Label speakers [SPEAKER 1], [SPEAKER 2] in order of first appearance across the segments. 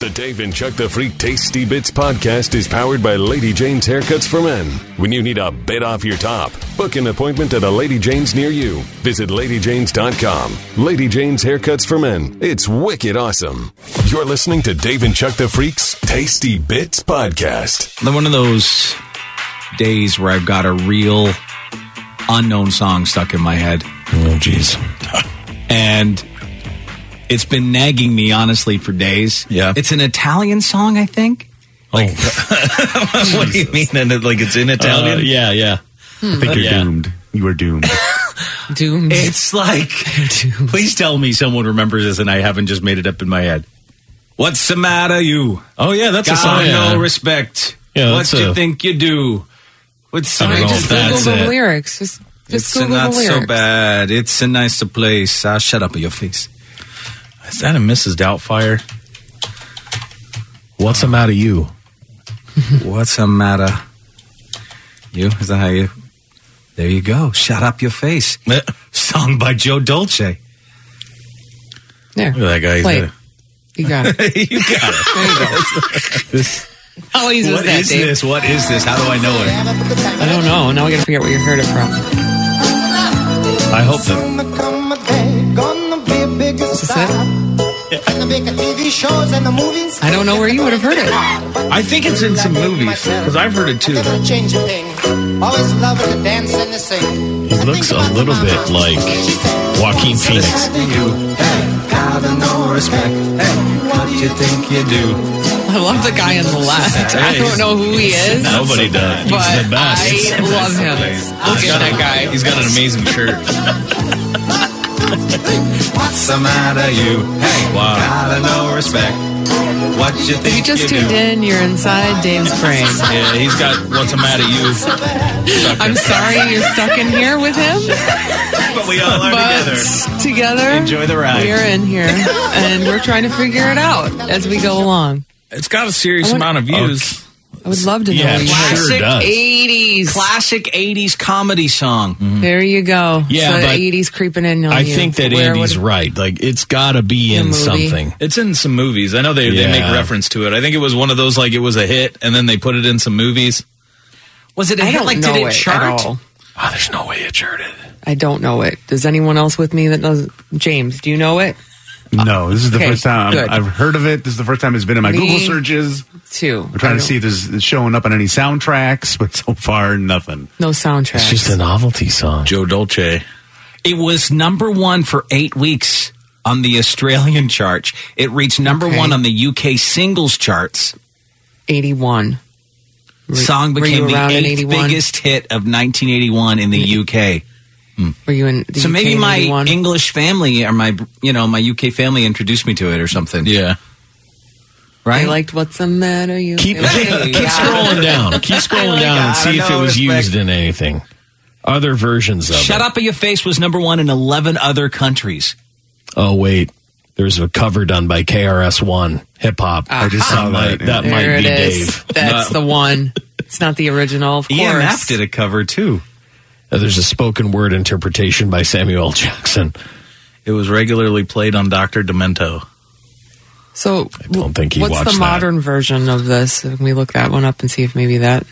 [SPEAKER 1] The Dave and Chuck the Freak Tasty Bits podcast is powered by Lady Jane's Haircuts for Men. When you need a bit off your top, book an appointment at a Lady Jane's near you. Visit LadyJane's.com. Lady Jane's Haircuts for Men. It's wicked awesome. You're listening to Dave and Chuck the Freak's Tasty Bits podcast.
[SPEAKER 2] Then one of those days where I've got a real unknown song stuck in my head. Oh, jeez. and it's been nagging me, honestly, for days.
[SPEAKER 3] Yeah.
[SPEAKER 2] It's an Italian song, I think.
[SPEAKER 3] Like, what do you mean? And it, like it's in Italian?
[SPEAKER 4] Uh, yeah, yeah.
[SPEAKER 2] Uh,
[SPEAKER 5] I think you're
[SPEAKER 4] Yeah.
[SPEAKER 5] doomed. You are doomed.
[SPEAKER 6] Doomed.
[SPEAKER 4] It's like, please tell me someone remembers this and I haven't just made it up in my head.
[SPEAKER 2] What's the matter, you?
[SPEAKER 4] Oh yeah, that's a
[SPEAKER 2] Got
[SPEAKER 4] song.
[SPEAKER 2] no
[SPEAKER 4] yeah.
[SPEAKER 2] respect.
[SPEAKER 4] Yeah,
[SPEAKER 2] what
[SPEAKER 4] that's
[SPEAKER 2] do you
[SPEAKER 4] a-
[SPEAKER 2] think you do? What's
[SPEAKER 4] I
[SPEAKER 6] Sorry,
[SPEAKER 4] don't know
[SPEAKER 6] just
[SPEAKER 4] if that's
[SPEAKER 6] Google the
[SPEAKER 4] it.
[SPEAKER 6] lyrics. Just, just
[SPEAKER 2] It's
[SPEAKER 6] Google
[SPEAKER 2] not
[SPEAKER 6] the lyrics.
[SPEAKER 2] so bad. It's a nice place. Ah, shut up with your face.
[SPEAKER 4] Is that a Mrs. Doubtfire? What's the matter, you?
[SPEAKER 2] What's the matter? You? Is that how you? There you go. Shut up your face. Song by Joe Dolce.
[SPEAKER 6] There.
[SPEAKER 4] Look at that guy, he's
[SPEAKER 6] Play
[SPEAKER 4] got
[SPEAKER 6] it. You got it.
[SPEAKER 4] you got it.
[SPEAKER 6] There you go. How easy was
[SPEAKER 4] What
[SPEAKER 6] that,
[SPEAKER 4] is
[SPEAKER 6] Dave?
[SPEAKER 4] this? What is this? How do I know it?
[SPEAKER 6] I don't know. Now we got to figure out where you heard it from.
[SPEAKER 4] I hope that.
[SPEAKER 6] Is this it? I don't know where you would have heard it.
[SPEAKER 4] I think it's in some movies because I've heard it too.
[SPEAKER 7] Change a thing. Always loving to dance and to sing.
[SPEAKER 4] He looks a little bit like Joaquin Phoenix.
[SPEAKER 6] I love the guy on the left. I don't know who he is.
[SPEAKER 4] Nobody does. He's
[SPEAKER 6] But
[SPEAKER 4] the best.
[SPEAKER 6] I love him. Look at that guy.
[SPEAKER 4] He's got an amazing shirt.
[SPEAKER 2] What's the matter, you? Hey, gotta no respect. What you
[SPEAKER 6] If you
[SPEAKER 2] think
[SPEAKER 6] just tuned in, you're inside Dave's brain.
[SPEAKER 4] Yeah, he's got what's the matter you. stuck
[SPEAKER 6] I'm
[SPEAKER 4] in.
[SPEAKER 6] sorry you're stuck in here with him,
[SPEAKER 4] But we uh, all are
[SPEAKER 6] but
[SPEAKER 4] together.
[SPEAKER 6] together,
[SPEAKER 4] Enjoy the ride.
[SPEAKER 6] we're in here and we're trying to figure it out as we go along.
[SPEAKER 4] It's got a serious
[SPEAKER 6] I wanna-
[SPEAKER 4] amount of views.
[SPEAKER 6] I would love to know.
[SPEAKER 4] Yeah,
[SPEAKER 6] what you
[SPEAKER 4] sure
[SPEAKER 2] Classic
[SPEAKER 6] heard.
[SPEAKER 4] does.
[SPEAKER 6] 80s.
[SPEAKER 2] Classic 80s comedy song.
[SPEAKER 6] There you go.
[SPEAKER 4] Mm-hmm. Yeah,
[SPEAKER 6] so
[SPEAKER 4] but
[SPEAKER 6] the 80s creeping in on
[SPEAKER 4] I
[SPEAKER 6] you.
[SPEAKER 4] think that
[SPEAKER 6] Where
[SPEAKER 4] Andy's
[SPEAKER 6] would-
[SPEAKER 4] right. Like it's got to be in
[SPEAKER 6] movie.
[SPEAKER 4] something.
[SPEAKER 3] It's in some movies. I know they, they make
[SPEAKER 4] Yeah.
[SPEAKER 3] reference to it. I think it was one of those like it was a hit and then they put it in some movies.
[SPEAKER 2] Was it a
[SPEAKER 6] I
[SPEAKER 2] hit?
[SPEAKER 6] don't
[SPEAKER 2] Like,
[SPEAKER 6] know
[SPEAKER 2] did it
[SPEAKER 6] it
[SPEAKER 2] chart?
[SPEAKER 6] at all.
[SPEAKER 4] Ah,
[SPEAKER 3] Oh, there's no way it charted.
[SPEAKER 6] I don't know it. Does anyone else with me that knows? James, do you know it?
[SPEAKER 5] no, this is the
[SPEAKER 6] Okay,
[SPEAKER 5] first time
[SPEAKER 6] good.
[SPEAKER 5] I've, I've heard of it. This is the first time it's been in my
[SPEAKER 6] Me
[SPEAKER 5] Google searches.
[SPEAKER 6] Too.
[SPEAKER 5] We're trying
[SPEAKER 6] I
[SPEAKER 5] to
[SPEAKER 6] don't-
[SPEAKER 5] see if there's it's showing up on any soundtracks, but so far nothing.
[SPEAKER 6] No soundtrack.
[SPEAKER 4] a novelty song.
[SPEAKER 3] Joe Dolce.
[SPEAKER 2] It was number one for eight weeks on the Australian chart. It reached number
[SPEAKER 6] Okay.
[SPEAKER 2] one on the UK singles charts.
[SPEAKER 6] 81.
[SPEAKER 2] song
[SPEAKER 6] were
[SPEAKER 2] became
[SPEAKER 6] you
[SPEAKER 2] the
[SPEAKER 6] around in
[SPEAKER 2] eighth
[SPEAKER 6] 81?
[SPEAKER 2] biggest hit of 1981 in the UK.
[SPEAKER 6] Were you in the
[SPEAKER 2] so
[SPEAKER 6] UK
[SPEAKER 2] maybe
[SPEAKER 6] in
[SPEAKER 2] my
[SPEAKER 6] 81?
[SPEAKER 2] English family or my you know my UK family introduced me to it or something.
[SPEAKER 3] Yeah.
[SPEAKER 6] I
[SPEAKER 2] right.
[SPEAKER 6] liked what's the matter you
[SPEAKER 4] Keep
[SPEAKER 6] Like,
[SPEAKER 4] keep,
[SPEAKER 6] yeah.
[SPEAKER 4] keep scrolling down. Keep
[SPEAKER 6] Oh
[SPEAKER 4] scrolling down and see if it was used in anything. Other versions of
[SPEAKER 2] Shut
[SPEAKER 4] it.
[SPEAKER 2] up, your face was number one in 11 other countries.
[SPEAKER 4] Oh wait, there's a cover done by KRS One Hip Hop.
[SPEAKER 5] I just saw
[SPEAKER 4] That might,
[SPEAKER 5] that.
[SPEAKER 4] that
[SPEAKER 5] yeah.
[SPEAKER 4] might
[SPEAKER 6] There it
[SPEAKER 4] be
[SPEAKER 6] is.
[SPEAKER 4] Dave.
[SPEAKER 6] That's the one. It's not the original, of course.
[SPEAKER 2] EMF E did a cover too.
[SPEAKER 4] Uh, There's a spoken word interpretation by Samuel Jackson.
[SPEAKER 3] It was regularly played on Dr. Demento.
[SPEAKER 6] So I
[SPEAKER 4] don't think he
[SPEAKER 6] what's
[SPEAKER 4] watched
[SPEAKER 6] the
[SPEAKER 4] that.
[SPEAKER 6] modern version of this? Can we look that one up and see if maybe that.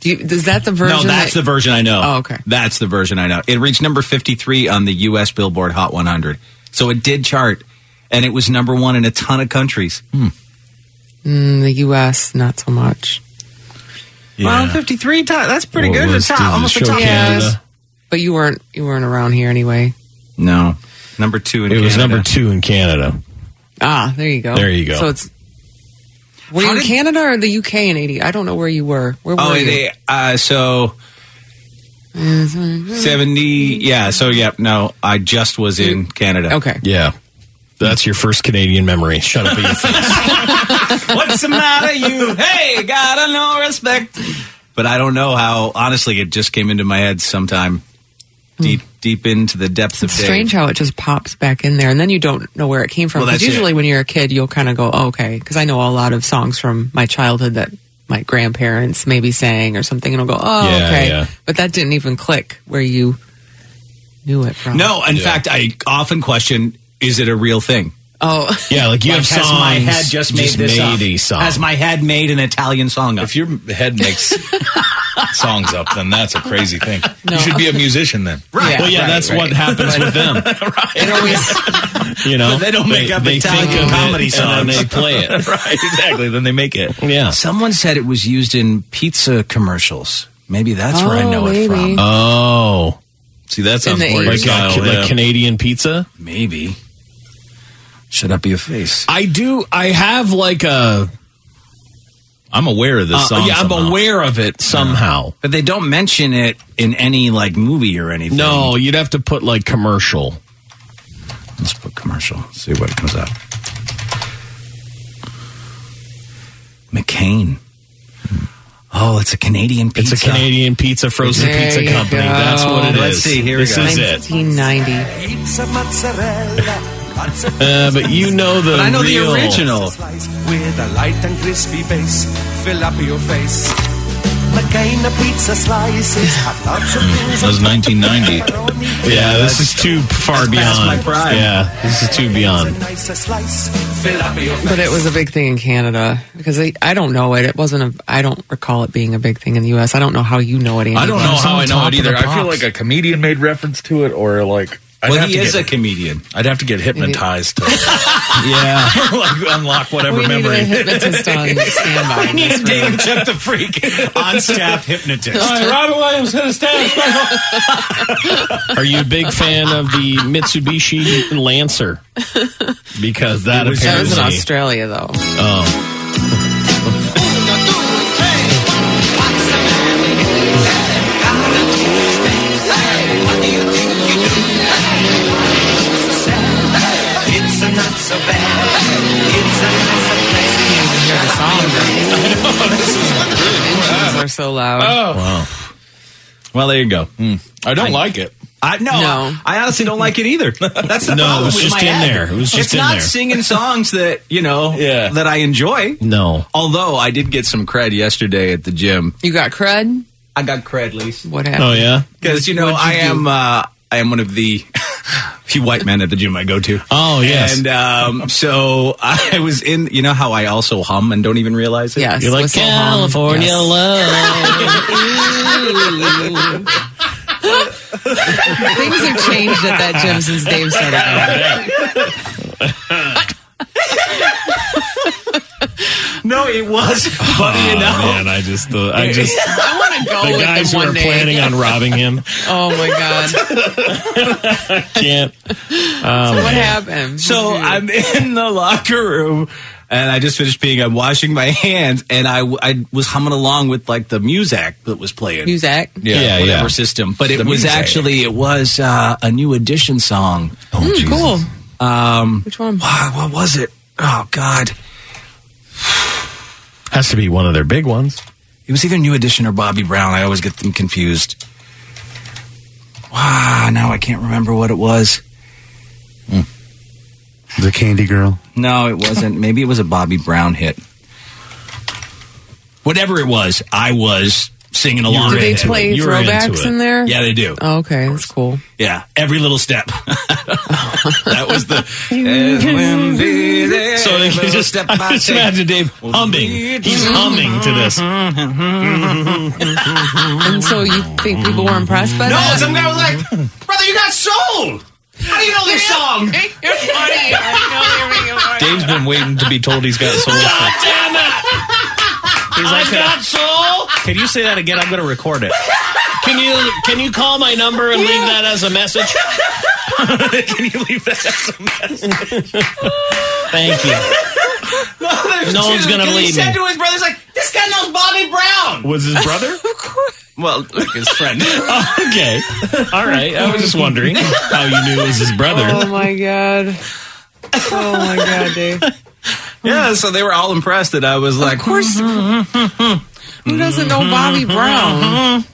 [SPEAKER 6] Do you, is that the version?
[SPEAKER 2] No, that's the
[SPEAKER 6] that,
[SPEAKER 2] version I know.
[SPEAKER 6] Oh, okay.
[SPEAKER 2] That's the version I know. It reached number 53 on the US Billboard Hot 100. So it did chart, and it was number one in a ton of countries.
[SPEAKER 6] in Mm, the U.S. Not so much.
[SPEAKER 2] Well, 53, ti- that's pretty
[SPEAKER 4] Well,
[SPEAKER 2] good. It's
[SPEAKER 4] let's do
[SPEAKER 2] top,
[SPEAKER 4] the
[SPEAKER 2] almost a
[SPEAKER 4] show
[SPEAKER 2] top.
[SPEAKER 4] Canada.
[SPEAKER 6] Yes. But you weren't you weren't around here anyway.
[SPEAKER 2] No. Number two in
[SPEAKER 4] It was
[SPEAKER 2] Canada.
[SPEAKER 4] number two in Canada.
[SPEAKER 6] Ah, there you go.
[SPEAKER 4] There you go.
[SPEAKER 6] So it's were you
[SPEAKER 2] How
[SPEAKER 6] in
[SPEAKER 2] did-
[SPEAKER 6] Canada or the UK in eighty? I don't know where you were. Where were
[SPEAKER 2] Oh,
[SPEAKER 6] you?
[SPEAKER 2] they, uh, so seventy. Yeah. So yep. No, I just was in Canada.
[SPEAKER 6] okay.
[SPEAKER 4] Yeah. That's your first Canadian memory. Shut up, your face.
[SPEAKER 2] What's the matter, you? Hey, gotta no respect. But I don't know how. Honestly, it just came into my head sometime deep, deep into the depths of
[SPEAKER 6] It's Hmm. strange how it just pops back in there, and then you don't know where it came from.
[SPEAKER 2] Well,
[SPEAKER 6] 'Cause
[SPEAKER 2] that's
[SPEAKER 6] usually,
[SPEAKER 2] it.
[SPEAKER 6] when you're a kid, you'll kind of go, oh, "Okay," because I know a lot of songs from my childhood that my grandparents maybe sang or something, and I'll go, "Oh,
[SPEAKER 4] Yeah,
[SPEAKER 6] okay,"
[SPEAKER 4] yeah.
[SPEAKER 6] but that didn't even click where you knew it from.
[SPEAKER 2] No, in fact, I often question: Is it a real thing?
[SPEAKER 6] Oh,
[SPEAKER 4] Yeah, like you
[SPEAKER 2] Like,
[SPEAKER 4] have songs.
[SPEAKER 2] has my head just made this up?
[SPEAKER 4] a song.
[SPEAKER 2] Has my head made an Italian song up?
[SPEAKER 3] If your head makes songs up, then that's a crazy thing.
[SPEAKER 6] No.
[SPEAKER 3] You should be a musician then.
[SPEAKER 2] right.
[SPEAKER 4] well, yeah,
[SPEAKER 6] Right,
[SPEAKER 4] that's
[SPEAKER 6] right.
[SPEAKER 4] what happens with them.
[SPEAKER 2] It always-
[SPEAKER 4] You know,
[SPEAKER 2] They don't make up Italian
[SPEAKER 4] think of
[SPEAKER 2] comedy
[SPEAKER 4] it, and then
[SPEAKER 2] songs.
[SPEAKER 4] they play it.
[SPEAKER 3] Right, exactly. Then they make it.
[SPEAKER 4] Yeah.
[SPEAKER 2] Someone said it was used in pizza commercials. Maybe that's where I
[SPEAKER 6] Oh,
[SPEAKER 2] know it
[SPEAKER 6] maybe.
[SPEAKER 2] from.
[SPEAKER 4] Oh,
[SPEAKER 3] See, that sounds
[SPEAKER 6] the
[SPEAKER 3] more your
[SPEAKER 4] like,
[SPEAKER 3] style,
[SPEAKER 4] uh,
[SPEAKER 3] yeah.
[SPEAKER 4] like Canadian pizza.
[SPEAKER 2] maybe. Should up be a face.
[SPEAKER 4] I do. I have like a.
[SPEAKER 3] I'm aware of this
[SPEAKER 4] Uh,
[SPEAKER 3] song.
[SPEAKER 4] yeah, I'm
[SPEAKER 3] somehow.
[SPEAKER 4] aware of it somehow.
[SPEAKER 2] But they don't mention it in any like movie or anything.
[SPEAKER 4] No, you'd have to put like commercial.
[SPEAKER 2] Let's put commercial. See what comes up. McCain. Oh, it's a Canadian pizza.
[SPEAKER 4] It's a Canadian pizza frozen
[SPEAKER 6] There
[SPEAKER 4] pizza
[SPEAKER 6] you
[SPEAKER 4] company.
[SPEAKER 6] go.
[SPEAKER 4] That's what it is.
[SPEAKER 2] Oh, Let's see, here we
[SPEAKER 4] this
[SPEAKER 2] go.
[SPEAKER 4] is it.
[SPEAKER 6] 1990.
[SPEAKER 4] Uh, but you know the
[SPEAKER 2] But I know
[SPEAKER 4] real-
[SPEAKER 2] the original.
[SPEAKER 8] Slice with a light and crispy base. Fill up your face. McCain pizza slices. Have lots of things.
[SPEAKER 3] That was 1990.
[SPEAKER 8] Pepperoni,
[SPEAKER 4] Mm. Yeah, this is too far
[SPEAKER 2] past
[SPEAKER 4] beyond.
[SPEAKER 2] my prime.
[SPEAKER 4] Yeah, this is too beyond.
[SPEAKER 8] nicer slice. Fill up your face.
[SPEAKER 6] But it was a big thing in Canada because I, I don't know it. It wasn't a. I don't recall it being a big thing in the U.S. I don't know how you know it. Andy.
[SPEAKER 3] I don't know how I know it either. I feel
[SPEAKER 4] pops.
[SPEAKER 3] like a comedian made reference to it, or like I'd
[SPEAKER 2] Well,
[SPEAKER 3] have
[SPEAKER 2] he
[SPEAKER 3] to
[SPEAKER 2] is
[SPEAKER 3] get,
[SPEAKER 2] a comedian.
[SPEAKER 3] I'd have to get hypnotized to
[SPEAKER 2] Yeah.
[SPEAKER 3] like, unlock whatever
[SPEAKER 6] We needed
[SPEAKER 3] memory.
[SPEAKER 6] a hypnotist on standby. in this room.
[SPEAKER 2] David Chuck the Freak on staff hypnotist.
[SPEAKER 4] Robin Williams hit a Are you a big fan of the Mitsubishi Lancer? Because that
[SPEAKER 3] was-
[SPEAKER 6] That was in
[SPEAKER 4] apparently
[SPEAKER 6] Australia, though.
[SPEAKER 4] Oh.
[SPEAKER 8] It's not so bad. It's a not so bad.
[SPEAKER 6] These are so loud.
[SPEAKER 2] Well, there you go.
[SPEAKER 4] Hmm.
[SPEAKER 3] I don't like it.
[SPEAKER 2] I no,
[SPEAKER 6] No.
[SPEAKER 2] I honestly don't like it either. That's the
[SPEAKER 4] No, it
[SPEAKER 2] problem
[SPEAKER 4] was
[SPEAKER 2] with
[SPEAKER 4] just
[SPEAKER 2] my
[SPEAKER 4] in
[SPEAKER 2] head.
[SPEAKER 4] there. It was just
[SPEAKER 2] it's
[SPEAKER 4] in
[SPEAKER 2] not
[SPEAKER 4] there.
[SPEAKER 2] singing songs that you know
[SPEAKER 3] Yeah.
[SPEAKER 2] that I enjoy.
[SPEAKER 4] no.
[SPEAKER 2] Although I did get some cred yesterday at the gym.
[SPEAKER 6] You got crud?
[SPEAKER 2] I got cred, Lisa,
[SPEAKER 6] What happened?
[SPEAKER 4] Oh yeah.
[SPEAKER 2] because you know
[SPEAKER 6] What'd you
[SPEAKER 2] I am
[SPEAKER 6] do?
[SPEAKER 2] uh, I am one of the few white men at the gym I go to.
[SPEAKER 4] Oh yes.
[SPEAKER 2] And um, so I was in. You know how I also hum and don't even realize it.
[SPEAKER 6] Yes.
[SPEAKER 4] You're like
[SPEAKER 6] whistle
[SPEAKER 4] California
[SPEAKER 6] hum.
[SPEAKER 4] love.
[SPEAKER 6] Yes. Things have changed at that gym since Dave started. going.
[SPEAKER 2] No, it was funny
[SPEAKER 4] Oh,
[SPEAKER 2] enough.
[SPEAKER 4] man, I just the I just
[SPEAKER 6] I want to go
[SPEAKER 4] the
[SPEAKER 6] with
[SPEAKER 4] guys
[SPEAKER 6] them
[SPEAKER 4] who
[SPEAKER 6] one
[SPEAKER 4] are
[SPEAKER 6] day.
[SPEAKER 4] planning on robbing him
[SPEAKER 6] Oh my god! So
[SPEAKER 4] can't. Um,
[SPEAKER 6] what happened?
[SPEAKER 2] So I'm in the locker room and I just finished peeing. I'm washing my hands and I, I was humming along with like the Muzak that was playing.
[SPEAKER 6] Muzak.
[SPEAKER 2] Yeah,
[SPEAKER 4] Yeah,
[SPEAKER 2] whatever
[SPEAKER 4] yeah.
[SPEAKER 2] system. But it
[SPEAKER 3] The
[SPEAKER 2] was
[SPEAKER 3] Muzak.
[SPEAKER 2] actually, it was uh, a new edition song.
[SPEAKER 4] Oh,
[SPEAKER 6] Hmm, cool. Um, Which one?
[SPEAKER 2] Wow, what was it? Oh, God.
[SPEAKER 4] Has to be one of their big ones.
[SPEAKER 2] It was either New Edition or Bobby Brown. I always get them confused. Wow, Ah, now I can't remember what it was.
[SPEAKER 5] The Candy Girl.
[SPEAKER 2] No, it wasn't. Maybe it was a Bobby Brown hit. Whatever it was, I was singing along.
[SPEAKER 6] Do they
[SPEAKER 2] with it.
[SPEAKER 6] play
[SPEAKER 4] You were into
[SPEAKER 6] throwbacks
[SPEAKER 4] it.
[SPEAKER 6] in there?
[SPEAKER 2] Yeah, they do.
[SPEAKER 6] Oh, okay, that's cool.
[SPEAKER 2] Yeah, every little step. that was the. And we did
[SPEAKER 4] Hmm. So you
[SPEAKER 2] every
[SPEAKER 4] just,
[SPEAKER 2] step
[SPEAKER 4] I
[SPEAKER 2] I
[SPEAKER 4] just
[SPEAKER 2] take.
[SPEAKER 4] imagine Dave humming. He's humming to this.
[SPEAKER 6] And so you think people were impressed by
[SPEAKER 2] No,
[SPEAKER 6] that?
[SPEAKER 2] some guy was like, "Brother, you got soul. How do you know this song?"
[SPEAKER 6] You're funny. I know you're being
[SPEAKER 3] Dave's been waiting to be told he's got soul.
[SPEAKER 4] Damn it!
[SPEAKER 3] He's like,
[SPEAKER 4] Got soul.
[SPEAKER 3] can you say that again? I'm going to record it.
[SPEAKER 4] Can you can you call my number and leave that as a message?
[SPEAKER 3] can you leave that? as a-
[SPEAKER 4] Thank you. No one's gonna
[SPEAKER 2] He
[SPEAKER 4] believe
[SPEAKER 2] said
[SPEAKER 4] me.
[SPEAKER 2] to his brother, he's like, "This guy knows Bobby Brown."
[SPEAKER 4] Was his brother?
[SPEAKER 2] Well, like his friend.
[SPEAKER 4] okay. All right. I was just wondering how you knew it was his
[SPEAKER 6] Oh
[SPEAKER 4] brother.
[SPEAKER 6] my god. Oh my god, Dave.
[SPEAKER 2] yeah, so they were all impressed that I was like,
[SPEAKER 6] Of course. Who doesn't know Bobby Brown?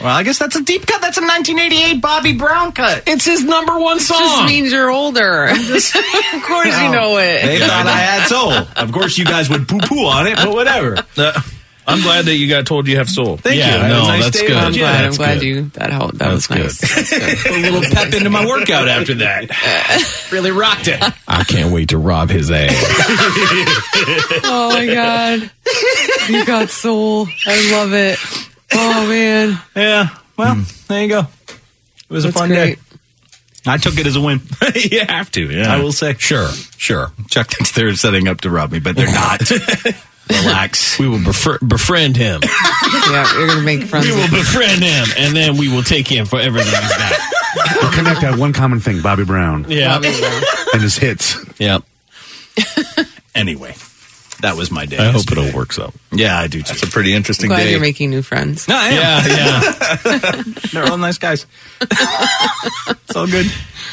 [SPEAKER 2] "Well, I guess that's a deep cut. That's a 1988 Bobby Brown cut."
[SPEAKER 4] It's his number one
[SPEAKER 6] Just means you're older. of course you know it.
[SPEAKER 2] They thought I had soul. Of course, you guys would poo poo on it, but whatever.
[SPEAKER 3] I'm glad that you got told you have soul.
[SPEAKER 4] Thank yeah,
[SPEAKER 3] Have a
[SPEAKER 4] no,
[SPEAKER 3] nice
[SPEAKER 4] that's
[SPEAKER 3] day.
[SPEAKER 4] good.
[SPEAKER 6] I'm glad.
[SPEAKER 4] Yeah,
[SPEAKER 6] I'm
[SPEAKER 4] that's
[SPEAKER 6] glad
[SPEAKER 4] good.
[SPEAKER 6] you that helped. That
[SPEAKER 4] That's
[SPEAKER 6] was nice.
[SPEAKER 2] Put a little pep into my workout after that. Really rocked it.
[SPEAKER 4] I can't wait to rob his ass.
[SPEAKER 6] Oh my god, you got soul. I love it. Oh man, Hmm.
[SPEAKER 5] Yeah. Well, there you go. It was
[SPEAKER 6] that's great.
[SPEAKER 5] I took it as a win.
[SPEAKER 3] you have to. Yeah.
[SPEAKER 5] I will say.
[SPEAKER 4] sure, sure.
[SPEAKER 5] Chuck thinks they're setting up to rob me, but they're not. Relax.
[SPEAKER 4] We will befri- befriend him.
[SPEAKER 6] Yeah, you're gonna make friends.
[SPEAKER 4] We will
[SPEAKER 6] With
[SPEAKER 4] befriend him, and then we will take him for everything he's got.
[SPEAKER 5] We'll connect on one common thing Bobby Brown
[SPEAKER 4] Yeah,
[SPEAKER 5] and his hits.
[SPEAKER 4] yeah.
[SPEAKER 5] Anyway, that was my day.
[SPEAKER 4] I hope it all works out.
[SPEAKER 5] Yeah, I do too.
[SPEAKER 3] It's a pretty interesting
[SPEAKER 6] glad
[SPEAKER 3] day.
[SPEAKER 6] you're making new friends.
[SPEAKER 5] No, I am.
[SPEAKER 4] Yeah, yeah.
[SPEAKER 5] They're all nice guys. it's all good.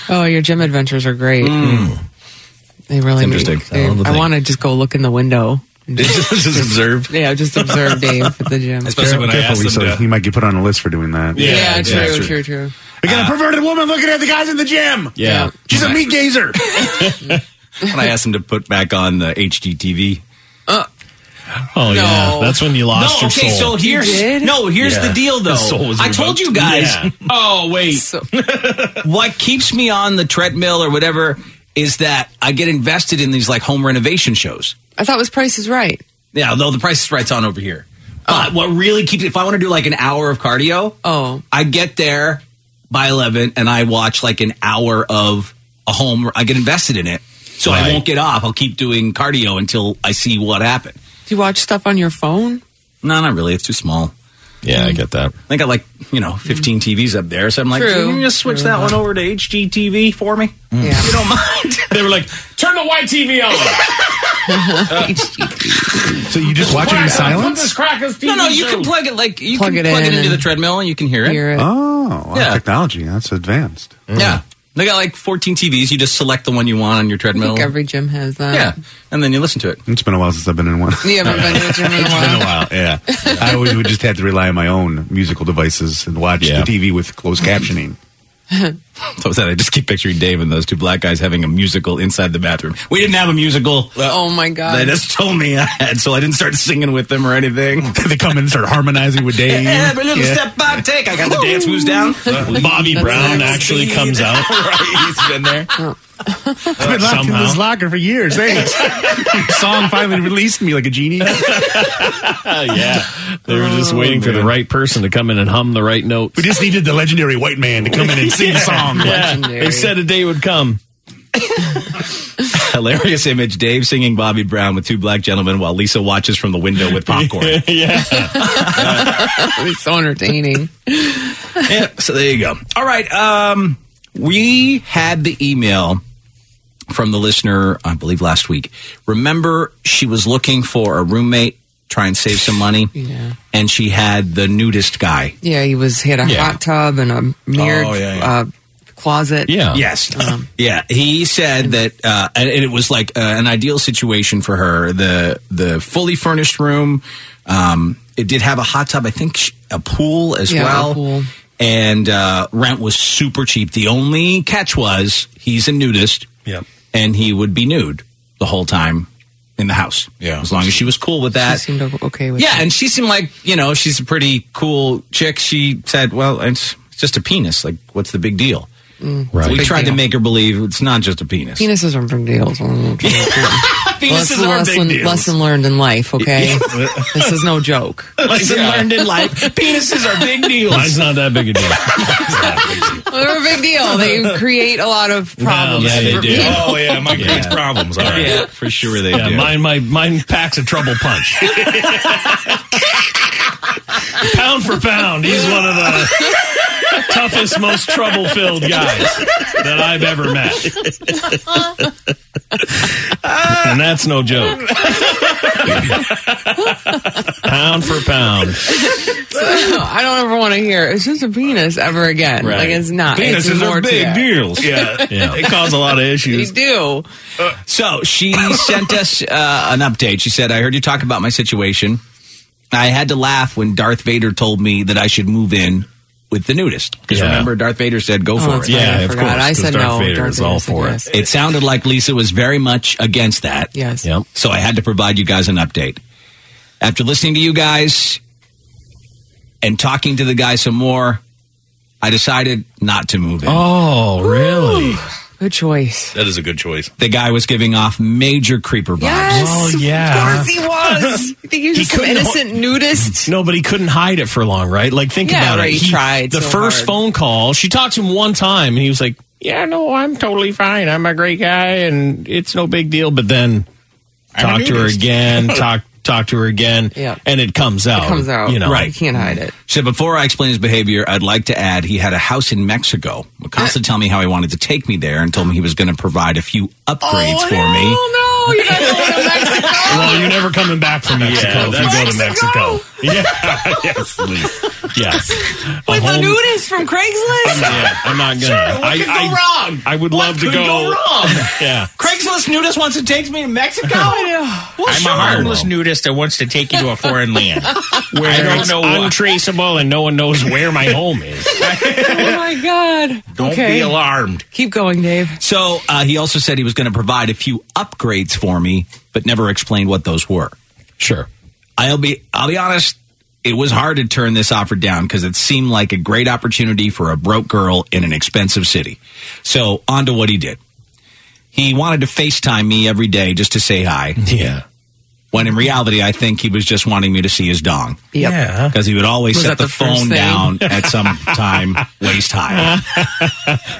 [SPEAKER 6] Oh, your gym adventures are great. They really
[SPEAKER 4] It's interesting.
[SPEAKER 6] make- they-
[SPEAKER 4] I love the
[SPEAKER 6] I
[SPEAKER 4] thing.
[SPEAKER 6] want to just go look in the window. And just,
[SPEAKER 3] just observe.
[SPEAKER 6] yeah, just observe Dave at the gym.
[SPEAKER 3] Especially when I asked
[SPEAKER 5] Careful,
[SPEAKER 3] them to.
[SPEAKER 5] so he might get put on a list for doing that.
[SPEAKER 6] Yeah,
[SPEAKER 3] yeah,
[SPEAKER 6] true,
[SPEAKER 3] yeah,
[SPEAKER 6] true,
[SPEAKER 3] true.
[SPEAKER 6] true,
[SPEAKER 5] We got a perverted woman looking at the guys in the gym.
[SPEAKER 4] Yeah.
[SPEAKER 5] She's a meat gazer.
[SPEAKER 2] When I asked him to put back on the HGTV.
[SPEAKER 4] Oh yeah,
[SPEAKER 6] Uh, No.
[SPEAKER 4] that's when you lost
[SPEAKER 2] no,
[SPEAKER 4] your
[SPEAKER 2] okay,
[SPEAKER 4] soul.
[SPEAKER 2] so here's
[SPEAKER 6] did?
[SPEAKER 2] no, here's the deal though.
[SPEAKER 4] soul was
[SPEAKER 2] I told you
[SPEAKER 4] revoked.
[SPEAKER 2] guys.
[SPEAKER 4] Yeah.
[SPEAKER 2] Oh wait,
[SPEAKER 6] So-
[SPEAKER 2] what keeps me on the treadmill or whatever is that I get invested in these like home renovation shows.
[SPEAKER 6] I thought it was Price is Right.
[SPEAKER 2] Yeah, though the price is right's on over here. But what really keeps if I want to do like an hour of cardio,
[SPEAKER 6] Oh.
[SPEAKER 2] I get there by eleven and I watch like an hour of a home. I get invested in it, so I
[SPEAKER 4] Right.
[SPEAKER 2] won't get off. I'll keep doing cardio until I see what happened.
[SPEAKER 6] Do you watch stuff on your phone?
[SPEAKER 2] No, not really. It's too small.
[SPEAKER 4] yeah, I get that.
[SPEAKER 2] I got like you know fifteen TVs up there, so I'm like,
[SPEAKER 6] True.
[SPEAKER 2] can you just switch
[SPEAKER 6] True.
[SPEAKER 2] that one over to HGTV for me?
[SPEAKER 6] Yeah.
[SPEAKER 2] You don't mind?
[SPEAKER 4] They were like, "Turn the white TV on."
[SPEAKER 5] So you just watch it in silence?
[SPEAKER 4] crackers TV
[SPEAKER 2] no, no, you can plug it like you
[SPEAKER 6] Plug
[SPEAKER 2] can
[SPEAKER 6] it
[SPEAKER 2] plug
[SPEAKER 6] in
[SPEAKER 2] it into the
[SPEAKER 6] and
[SPEAKER 2] treadmill and you can hear it.
[SPEAKER 6] Hear it.
[SPEAKER 5] Oh, wow,
[SPEAKER 2] Yeah.
[SPEAKER 5] technology. That's advanced.
[SPEAKER 2] Yeah. They got like 14 TVs. You just select the one you want on your
[SPEAKER 6] I
[SPEAKER 2] treadmill.
[SPEAKER 6] think every gym has that.
[SPEAKER 2] yeah. And then you listen to it.
[SPEAKER 5] It's been a while since I've been in one.
[SPEAKER 6] You haven't been to a gym in a while.
[SPEAKER 5] while, yeah. I always would just have to rely on my own musical devices and watch
[SPEAKER 4] Yeah.
[SPEAKER 5] the TV with closed captioning.
[SPEAKER 2] So was that I just keep picturing Dave and those two black guys having a musical inside the bathroom. We didn't have a musical.
[SPEAKER 6] Oh my god.
[SPEAKER 2] They just told me I had, so I didn't start singing with them or anything.
[SPEAKER 5] they come in and start harmonizing with Dave.
[SPEAKER 2] Every little
[SPEAKER 5] Yeah.
[SPEAKER 2] step I take, I got the dance moves down.
[SPEAKER 4] Bobby
[SPEAKER 6] That's
[SPEAKER 4] Brown
[SPEAKER 6] next.
[SPEAKER 4] actually comes out.
[SPEAKER 2] right, he's been there.
[SPEAKER 5] It's been locked in
[SPEAKER 4] Somehow.
[SPEAKER 5] this locker for years. Thanks. Your song finally released me like a genie.
[SPEAKER 4] Oh, yeah, they were
[SPEAKER 2] Oh,
[SPEAKER 4] just waiting for the right person to come in and hum the right notes.
[SPEAKER 5] We just needed the legendary white man to come in and sing the song.
[SPEAKER 4] Yeah,
[SPEAKER 6] Legendary.
[SPEAKER 4] they said a day would come.
[SPEAKER 2] Hilarious image. Dave singing Bobby Brown with two black gentlemen while Lisa watches from the window with popcorn.
[SPEAKER 4] yeah,
[SPEAKER 6] It was so entertaining.
[SPEAKER 2] Yeah, so there you go. All right. Um, we had the email from the listener, I believe, last week. Remember, she was looking for a roommate, try and save some money.
[SPEAKER 6] Yeah.
[SPEAKER 2] And she had the nudist guy.
[SPEAKER 6] Yeah, he was he had a
[SPEAKER 2] Yeah.
[SPEAKER 6] hot tub and a mirrored
[SPEAKER 2] Oh, yeah, yeah.
[SPEAKER 6] Uh, closet.
[SPEAKER 4] yeah,
[SPEAKER 2] Yes. yeah. He said that, uh, and and it was like uh, an ideal situation for her. The the fully furnished room. Um, it did have a hot tub. I think sh- a pool as
[SPEAKER 6] Yeah, a
[SPEAKER 2] well.
[SPEAKER 6] pool.
[SPEAKER 2] And uh, rent was super cheap. The only catch was he's a nudist.
[SPEAKER 4] Yep.
[SPEAKER 2] And he would be nude the whole time in the house.
[SPEAKER 3] Yeah.
[SPEAKER 2] As long as she was cool with
[SPEAKER 6] He
[SPEAKER 2] that.
[SPEAKER 6] seemed o- okay with
[SPEAKER 2] Yeah,
[SPEAKER 6] it.
[SPEAKER 2] and she seemed like you know she's a pretty cool chick. She said, "Well, it's it's just a penis. Like, what's the big deal?"
[SPEAKER 4] Right.
[SPEAKER 2] We
[SPEAKER 6] Big
[SPEAKER 2] tried to
[SPEAKER 6] deal.
[SPEAKER 2] make her believe it's not just a penis.
[SPEAKER 6] Penises aren't big deals. Penises lesson, lesson, lesson learned in life, okay? this is no joke.
[SPEAKER 4] lesson learned in life.
[SPEAKER 2] Penises are big deals.
[SPEAKER 4] Mine's not that big a deal.
[SPEAKER 6] They're a big deal. They create a lot of problems.
[SPEAKER 4] yeah, they
[SPEAKER 6] for
[SPEAKER 4] do.
[SPEAKER 6] people.
[SPEAKER 3] Oh yeah, my creates problems. All right.
[SPEAKER 2] yeah, for sure they
[SPEAKER 4] Yeah,
[SPEAKER 2] do.
[SPEAKER 4] mine, my mine packs a trouble punch. pound for pound, he's one of the toughest, most trouble-filled guys that I've ever met, and that's no joke. pound for pound,
[SPEAKER 6] I don't ever want to hear it's just a penis ever again. Like it's not. It's
[SPEAKER 4] Penises
[SPEAKER 6] more
[SPEAKER 4] are
[SPEAKER 6] to
[SPEAKER 4] big
[SPEAKER 6] that.
[SPEAKER 4] deals. Yeah, yeah. It causes a lot of
[SPEAKER 6] They
[SPEAKER 4] issues. Uh,
[SPEAKER 6] do.
[SPEAKER 2] So she sent us uh, an update. She said, I heard you talk about my situation. I had to laugh when Darth Vader told me that I should move in with the nudist. Because
[SPEAKER 4] Yeah.
[SPEAKER 2] remember, Darth Vader said, go
[SPEAKER 6] Oh,
[SPEAKER 2] for
[SPEAKER 6] that's
[SPEAKER 2] it.
[SPEAKER 6] right.
[SPEAKER 4] Yeah,
[SPEAKER 6] I
[SPEAKER 4] of
[SPEAKER 6] forgot.
[SPEAKER 4] course,
[SPEAKER 6] I
[SPEAKER 4] 'cause
[SPEAKER 6] said
[SPEAKER 4] Darth
[SPEAKER 6] no.
[SPEAKER 4] Vader is all
[SPEAKER 6] said
[SPEAKER 4] for it.
[SPEAKER 6] yes.
[SPEAKER 2] It sounded like Lisa was very much against that.
[SPEAKER 6] Yes.
[SPEAKER 4] Yep.
[SPEAKER 2] So I had to provide you guys an update. After listening to you guys and talking to the guy some more, I decided not to move in.
[SPEAKER 3] Oh, really?
[SPEAKER 6] Good choice.
[SPEAKER 3] That is a good choice.
[SPEAKER 2] The guy was giving off major creeper vibes.
[SPEAKER 6] Yes.
[SPEAKER 4] Oh, yeah.
[SPEAKER 6] Of course he was. You think he was just some
[SPEAKER 4] couldn't ho-
[SPEAKER 6] innocent nudist?
[SPEAKER 4] No, but he couldn't hide it for long, right? Like, think
[SPEAKER 6] Yeah,
[SPEAKER 4] about
[SPEAKER 6] right,
[SPEAKER 4] it.
[SPEAKER 6] he tried
[SPEAKER 4] The
[SPEAKER 6] so
[SPEAKER 4] first
[SPEAKER 6] hard.
[SPEAKER 4] phone call, she talked to him one time, and he was like, "Yeah, no, I'm totally fine. I'm a great guy, and it's no big deal." But then talk to her again, talk talk to her again,
[SPEAKER 6] Yeah.
[SPEAKER 4] and it comes out.
[SPEAKER 6] It comes out.
[SPEAKER 4] you know,
[SPEAKER 6] You can't hide it.
[SPEAKER 2] So before I explain his behavior, I'd like to add he had a house in Mexico. would constantly tell me how he wanted to take me there and told me he was going to provide a few upgrades for me.
[SPEAKER 6] Oh, no. You're not going to Mexico.
[SPEAKER 4] Well, you're never coming back from Mexico if you go to Mexico. Yeah, yes, Lee. yes. A
[SPEAKER 6] With the
[SPEAKER 4] whole-
[SPEAKER 6] nudist from Craigslist?
[SPEAKER 4] Yeah, I'm not gonna. I,
[SPEAKER 3] could go
[SPEAKER 4] I,
[SPEAKER 3] wrong?
[SPEAKER 4] I would love to
[SPEAKER 3] could
[SPEAKER 4] go.
[SPEAKER 3] go wrong?
[SPEAKER 4] Yeah.
[SPEAKER 3] Craigslist nudist wants to take me to Mexico. I'm a harmless nudist that wants to take you to a foreign land. Where I don't
[SPEAKER 4] It's
[SPEAKER 3] know what.
[SPEAKER 4] untraceable and no one knows where my home is.
[SPEAKER 6] Oh, my God.
[SPEAKER 3] Don't
[SPEAKER 6] okay.
[SPEAKER 3] be alarmed.
[SPEAKER 6] Keep going, Dave.
[SPEAKER 2] So uh, he also said he was going to provide a few upgrades for me, but never explained what those were.
[SPEAKER 4] Sure.
[SPEAKER 2] I'll be I'll be honest, it was hard to turn this offer down because it seemed like a great opportunity for a broke girl in an expensive city. So on to what he did. He wanted to FaceTime me every day just to say hi.
[SPEAKER 4] Yeah.
[SPEAKER 2] When in reality, I think he was just wanting me to see his dong
[SPEAKER 6] Yep.
[SPEAKER 4] Yeah.
[SPEAKER 2] because he would always
[SPEAKER 6] Was
[SPEAKER 2] set
[SPEAKER 6] that
[SPEAKER 2] the,
[SPEAKER 6] the first
[SPEAKER 2] phone
[SPEAKER 6] thing?
[SPEAKER 2] down at some time waist high.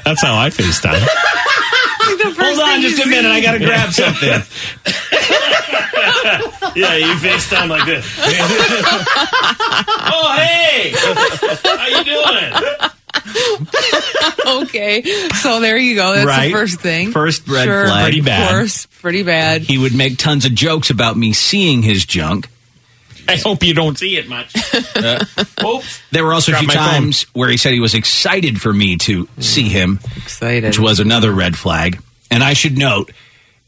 [SPEAKER 4] That's how I FaceTime.
[SPEAKER 6] Hold
[SPEAKER 4] I gotta grab something. yeah, you FaceTime like this. oh hey! How you doing?
[SPEAKER 6] Okay. So there you go. That's
[SPEAKER 4] Right.
[SPEAKER 6] the first thing.
[SPEAKER 4] First red
[SPEAKER 6] Sure,
[SPEAKER 2] flag.
[SPEAKER 4] Pretty
[SPEAKER 6] Of
[SPEAKER 4] bad.
[SPEAKER 6] course. Pretty bad.
[SPEAKER 2] He would make tons of jokes about me seeing his junk.
[SPEAKER 4] I hope you don't see it much. Oops.
[SPEAKER 2] There were also a
[SPEAKER 4] Grab
[SPEAKER 2] few
[SPEAKER 4] my phone.
[SPEAKER 2] times where he said he was excited for me to see him,
[SPEAKER 6] Excited.
[SPEAKER 2] which was another red flag. And I should note,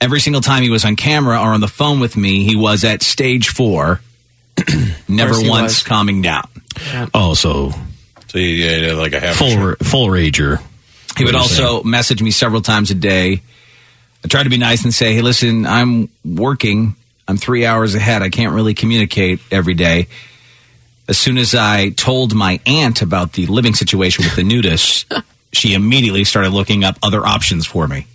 [SPEAKER 2] every single time he was on camera or on the phone with me, he was at stage four, never
[SPEAKER 6] Of course he
[SPEAKER 2] once
[SPEAKER 6] was.
[SPEAKER 2] calming down.
[SPEAKER 4] Oh, so
[SPEAKER 9] So yeah, yeah, like a half.
[SPEAKER 4] full full rager.
[SPEAKER 2] He would
[SPEAKER 4] What are you
[SPEAKER 2] also message me several times a day. I tried to be nice and say, hey, listen, I'm working. I'm three hours ahead. I can't really communicate every day. As soon as I told my aunt about the living situation with the nudists, she immediately started looking up other options for me.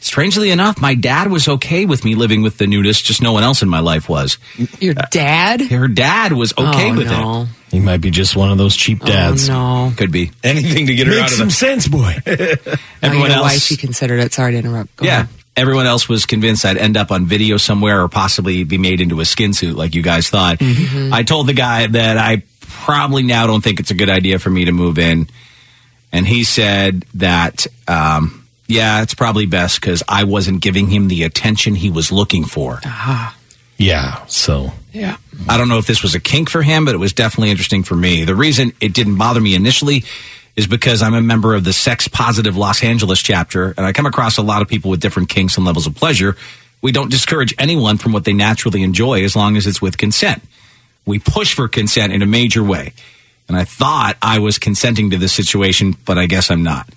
[SPEAKER 2] Strangely enough, my dad was okay with me living with the nudists, just no one else in my life was. Uh,
[SPEAKER 6] Your dad?
[SPEAKER 2] Her dad was okay
[SPEAKER 6] oh,
[SPEAKER 2] with
[SPEAKER 6] no.
[SPEAKER 4] You might be just one of those cheap dads.
[SPEAKER 6] Oh, no.
[SPEAKER 2] it. Could be.
[SPEAKER 9] Anything to get her out of the.
[SPEAKER 4] sense, boy.
[SPEAKER 2] Everyone
[SPEAKER 6] I know why
[SPEAKER 2] else-
[SPEAKER 6] she considered it. Sorry to interrupt. Go
[SPEAKER 2] yeah.
[SPEAKER 6] ahead.
[SPEAKER 2] Everyone else was convinced I'd end up on video somewhere or possibly be made into a skin suit like you guys thought.
[SPEAKER 6] Mm-hmm.
[SPEAKER 2] I told the guy that I probably now don't think it's a good idea for me to move in. And he said that, um, yeah, it's probably best because I wasn't giving him the attention he was looking for.
[SPEAKER 4] Yeah. So
[SPEAKER 6] Yeah.
[SPEAKER 2] I don't know if this was a kink for him, but it was definitely interesting for me. The reason it didn't bother me initially is because I'm a member of the sex positive Los Angeles chapter, and I come across a lot of people with different kinks and levels of pleasure. We don't discourage anyone from what they naturally enjoy as long as it's with consent. We push for consent in a major way. And I thought I was consenting to this situation, but I guess I'm not.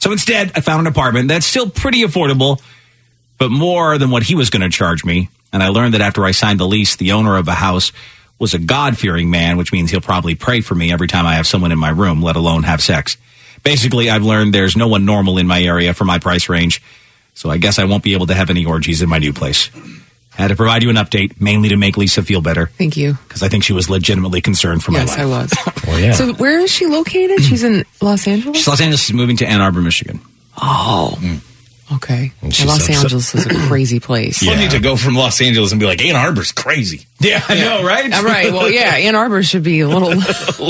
[SPEAKER 2] So instead, I found an apartment that's still pretty affordable but more than what he was going to charge me. And I learned that after I signed the lease, the owner of the house was a God fearing man, which means he'll probably pray for me every time I have someone in my room, let alone have sex. Basically, I've learned there's no one normal in my area for my price range, so I guess I won't be able to have any orgies in my new place. had to provide you an update, mainly to make Lisa feel better,
[SPEAKER 6] Thank you.
[SPEAKER 2] because I think she was legitimately concerned for
[SPEAKER 6] Yes,
[SPEAKER 2] my
[SPEAKER 6] I
[SPEAKER 2] life.
[SPEAKER 6] was.
[SPEAKER 4] Well, yeah.
[SPEAKER 6] So where is she located? She's in Los Angeles?
[SPEAKER 2] She's Los Angeles is moving to Ann Arbor, Michigan.
[SPEAKER 6] Oh.
[SPEAKER 4] Mm.
[SPEAKER 6] Okay.
[SPEAKER 4] she's
[SPEAKER 6] Los
[SPEAKER 4] upset.
[SPEAKER 6] Angeles is a crazy place.
[SPEAKER 9] I need to go from Los Angeles and be like, Ann Arbor's crazy.
[SPEAKER 2] Yeah, I know, right?
[SPEAKER 6] All right. Well, yeah, Ann Arbor should be a little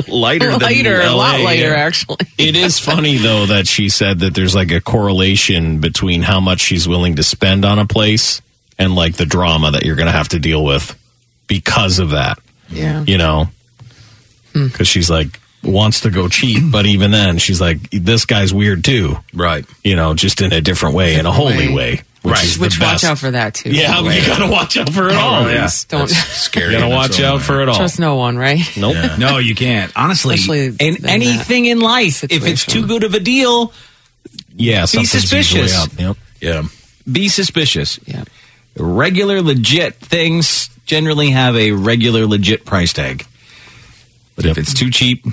[SPEAKER 4] lighter, than
[SPEAKER 6] lighter, a
[SPEAKER 4] LA,
[SPEAKER 6] lot lighter,
[SPEAKER 4] yeah.
[SPEAKER 6] actually.
[SPEAKER 4] It is funny though that she said that there's like a correlation between how much she's willing to spend on a place and like the drama that you're going to have to deal with because of that.
[SPEAKER 6] Yeah.
[SPEAKER 4] You know,
[SPEAKER 6] Hmm.
[SPEAKER 4] because she's like wants to go cheap, but even then she's like, this guy's weird too.
[SPEAKER 2] Right.
[SPEAKER 4] You know, just in a different way, in a
[SPEAKER 6] Different
[SPEAKER 4] holy way,
[SPEAKER 6] way.
[SPEAKER 4] which
[SPEAKER 2] Right.
[SPEAKER 4] is
[SPEAKER 6] Which
[SPEAKER 4] the best.
[SPEAKER 6] watch out for that too.
[SPEAKER 4] Yeah, you gotta watch out for it all.
[SPEAKER 6] Don't
[SPEAKER 9] Scary.
[SPEAKER 4] You gotta
[SPEAKER 9] in its
[SPEAKER 4] watch
[SPEAKER 9] own
[SPEAKER 4] out
[SPEAKER 9] way.
[SPEAKER 4] for it all.
[SPEAKER 6] trust no one, right?
[SPEAKER 4] Nope.
[SPEAKER 2] No, you can't. Honestly,
[SPEAKER 6] Especially in
[SPEAKER 2] in
[SPEAKER 6] that
[SPEAKER 2] anything in life, uh, if it's
[SPEAKER 6] situation.
[SPEAKER 2] too good of a deal,
[SPEAKER 4] Yeah, something's
[SPEAKER 2] suspicious.
[SPEAKER 4] usually up. Yep.
[SPEAKER 9] Yeah.
[SPEAKER 2] be suspicious.
[SPEAKER 6] Yeah.
[SPEAKER 2] Regular, legit things generally have a regular, legit price tag. But if it's too cheap,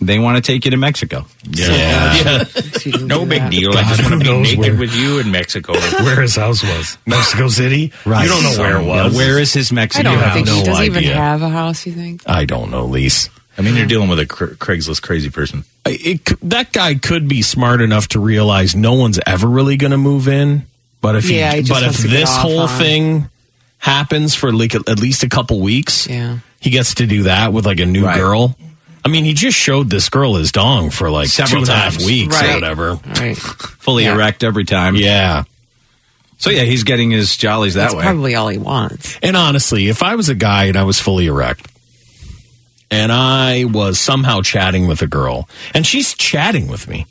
[SPEAKER 2] they want to take you to Mexico.
[SPEAKER 3] Yeah. No big deal. I just want to be naked with you in Mexico.
[SPEAKER 10] where his house was. Mexico City? You don't know where it was.
[SPEAKER 2] where is his
[SPEAKER 6] I
[SPEAKER 2] Mexican
[SPEAKER 6] don't
[SPEAKER 2] house?
[SPEAKER 6] think
[SPEAKER 10] no
[SPEAKER 6] she does even
[SPEAKER 10] idea.
[SPEAKER 6] have a house. You think?
[SPEAKER 4] I don't know, Lise.
[SPEAKER 9] I mean, you're dealing with a cra- Craigslist crazy person.
[SPEAKER 4] I- it, c- that guy could be smart enough to realize no one's ever really going to move in. But if
[SPEAKER 6] Yeah, he
[SPEAKER 4] he,
[SPEAKER 6] just
[SPEAKER 4] but if
[SPEAKER 6] wants to get
[SPEAKER 4] this
[SPEAKER 6] off
[SPEAKER 4] whole
[SPEAKER 6] on it.
[SPEAKER 4] thing happens for like at least a couple weeks,
[SPEAKER 6] Yeah.
[SPEAKER 4] he gets to do that with like a new
[SPEAKER 2] Right.
[SPEAKER 4] girl. I mean, he just showed this girl his dong for like
[SPEAKER 2] Several
[SPEAKER 4] two and a half
[SPEAKER 2] times.
[SPEAKER 4] weeks or
[SPEAKER 6] Right.
[SPEAKER 4] whatever.
[SPEAKER 6] All right.
[SPEAKER 2] Fully
[SPEAKER 6] Yeah.
[SPEAKER 2] erect every time.
[SPEAKER 4] Yeah.
[SPEAKER 2] So yeah, he's getting his jollies that
[SPEAKER 6] That's
[SPEAKER 2] way.
[SPEAKER 6] probably all he wants.
[SPEAKER 4] And honestly, if I was a guy and I was fully erect and I was somehow chatting with a girl and she's chatting with me,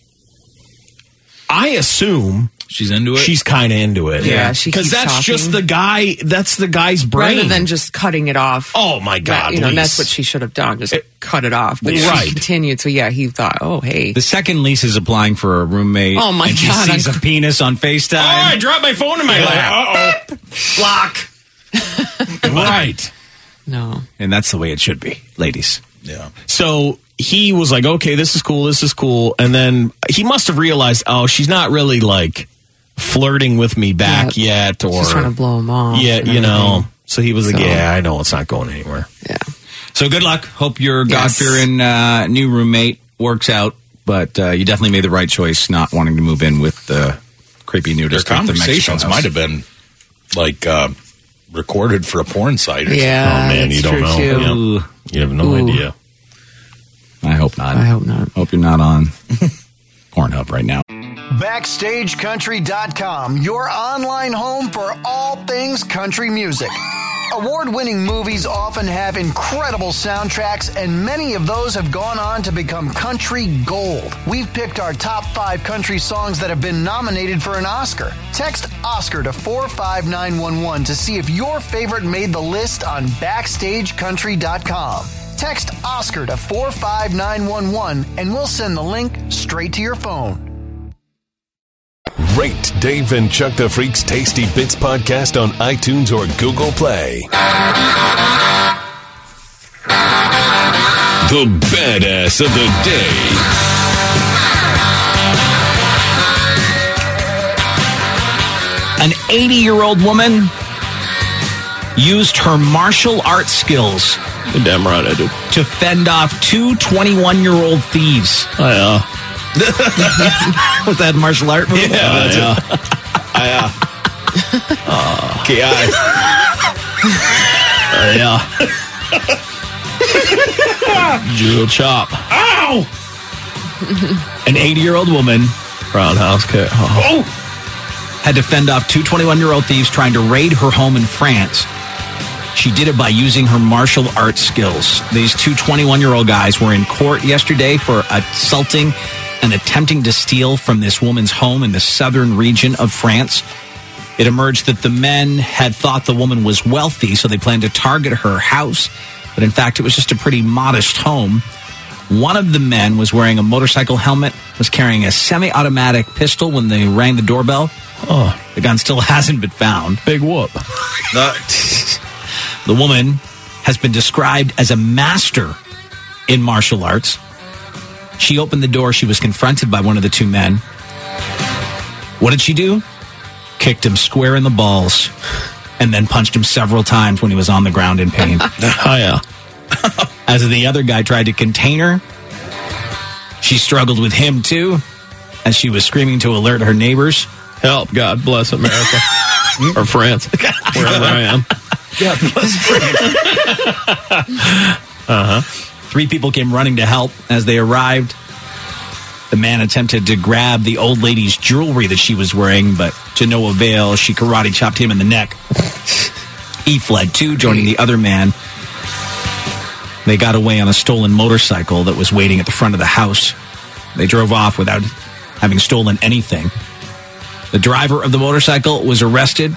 [SPEAKER 4] I assume
[SPEAKER 9] She's into it.
[SPEAKER 4] she's kind of into it.
[SPEAKER 6] Yeah, she
[SPEAKER 4] because
[SPEAKER 6] keeps
[SPEAKER 4] that's
[SPEAKER 6] talking.
[SPEAKER 4] just the guy. That's the guy's brain.
[SPEAKER 6] Rather than just cutting it off.
[SPEAKER 4] oh my god,
[SPEAKER 6] That- you know, and
[SPEAKER 4] Lise.
[SPEAKER 6] that's what she should have done. Just cut it off. But
[SPEAKER 4] Right.
[SPEAKER 6] she continued. So yeah, he thought, oh hey,
[SPEAKER 2] The second Lise is applying for a roommate.
[SPEAKER 6] Oh, my
[SPEAKER 2] and she
[SPEAKER 6] God,
[SPEAKER 2] sees
[SPEAKER 6] I'm-
[SPEAKER 2] a penis on FaceTime.
[SPEAKER 4] Oh, I dropped my phone in my lap. Uh oh, lock. right.
[SPEAKER 6] no.
[SPEAKER 2] And that's the way it should be, ladies.
[SPEAKER 9] yeah.
[SPEAKER 4] Oh. So he was like, okay, this is cool, this is cool. And then he must have realized, oh, she's not really like flirting with me back yet or
[SPEAKER 6] She's trying to blow him off.
[SPEAKER 4] yeah,
[SPEAKER 6] and
[SPEAKER 4] you know.
[SPEAKER 6] everything.
[SPEAKER 4] So he was like,
[SPEAKER 6] So-
[SPEAKER 4] yeah, I know it's not going anywhere.
[SPEAKER 6] Yeah.
[SPEAKER 2] So good luck. Hope your God
[SPEAKER 6] Yes.
[SPEAKER 2] fearing uh, new roommate works out. But uh, you definitely made the right choice not wanting to move in with uh, the creepy
[SPEAKER 9] Their
[SPEAKER 2] nudist. at the Mexican
[SPEAKER 9] conversations
[SPEAKER 2] house.
[SPEAKER 9] might have been like uh, recorded for a porn site. Or
[SPEAKER 6] Yeah.
[SPEAKER 4] oh man,
[SPEAKER 6] that's
[SPEAKER 4] you don't
[SPEAKER 6] true,
[SPEAKER 4] know.
[SPEAKER 6] too.
[SPEAKER 4] Yeah.
[SPEAKER 2] Ooh.
[SPEAKER 4] You have no
[SPEAKER 6] Ooh.
[SPEAKER 4] idea.
[SPEAKER 2] I hope not.
[SPEAKER 6] I hope not.
[SPEAKER 2] Hope you're not on Pornhub right now.
[SPEAKER 7] BackstageCountry.com, your online home for all things country music. Award winning movies often have incredible soundtracks, and many of those have gone on to become country gold. We've picked our top five country songs that have been nominated for an Oscar. Text Oscar to 45911 to see if your favorite made the list on BackstageCountry.com. Text Oscar to 45911 and we'll send the link straight to your phone.
[SPEAKER 1] Rate Dave and Chuck the Freak's Tasty Bits podcast on iTunes or Google Play. The badass of the day.
[SPEAKER 2] An 80 year old woman used her martial arts skills
[SPEAKER 4] Damn right I do.
[SPEAKER 2] to fend off two 21 year old thieves.
[SPEAKER 4] Oh,
[SPEAKER 2] Was that martial art? Oh, Movie?
[SPEAKER 4] yeah, that's Oh, it.
[SPEAKER 9] Okay, I,
[SPEAKER 4] Yeah. Jewel chop.
[SPEAKER 2] An 80 year old woman
[SPEAKER 4] Roundhouse kick. Oh.
[SPEAKER 2] had to fend off two 21 year old thieves trying to raid her home in France. She did it by using her martial arts skills. These two 21 year old guys were in court yesterday for assaulting and attempting to steal from this woman's home in the southern region of France. It emerged that the men had thought the woman was wealthy, so they planned to target her house. But in fact, it was just a pretty modest home. One of the men was wearing a motorcycle helmet, was carrying a semi automatic pistol when they rang the doorbell. Oh. The gun still hasn't been found.
[SPEAKER 4] Big whoop.
[SPEAKER 2] The woman has been described as a master in martial arts. She opened the door. She was confronted by one of the two men. What did she do? Kicked him square in the balls and then punched him several times when he was on the ground in pain.
[SPEAKER 4] Oh, yeah.
[SPEAKER 2] As the other guy tried to contain her, she struggled with him too as she was screaming to alert her neighbors.
[SPEAKER 4] Help. God bless America. or France. Wherever I am.
[SPEAKER 2] Three people came running to help. As they arrived, the man attempted to grab the old lady's jewelry that she was wearing, but to no avail, she karate chopped him in the neck. he fled too, joining the other man. They got away on a stolen motorcycle that was waiting at the front of the house. They drove off without having stolen anything. The driver of the motorcycle was arrested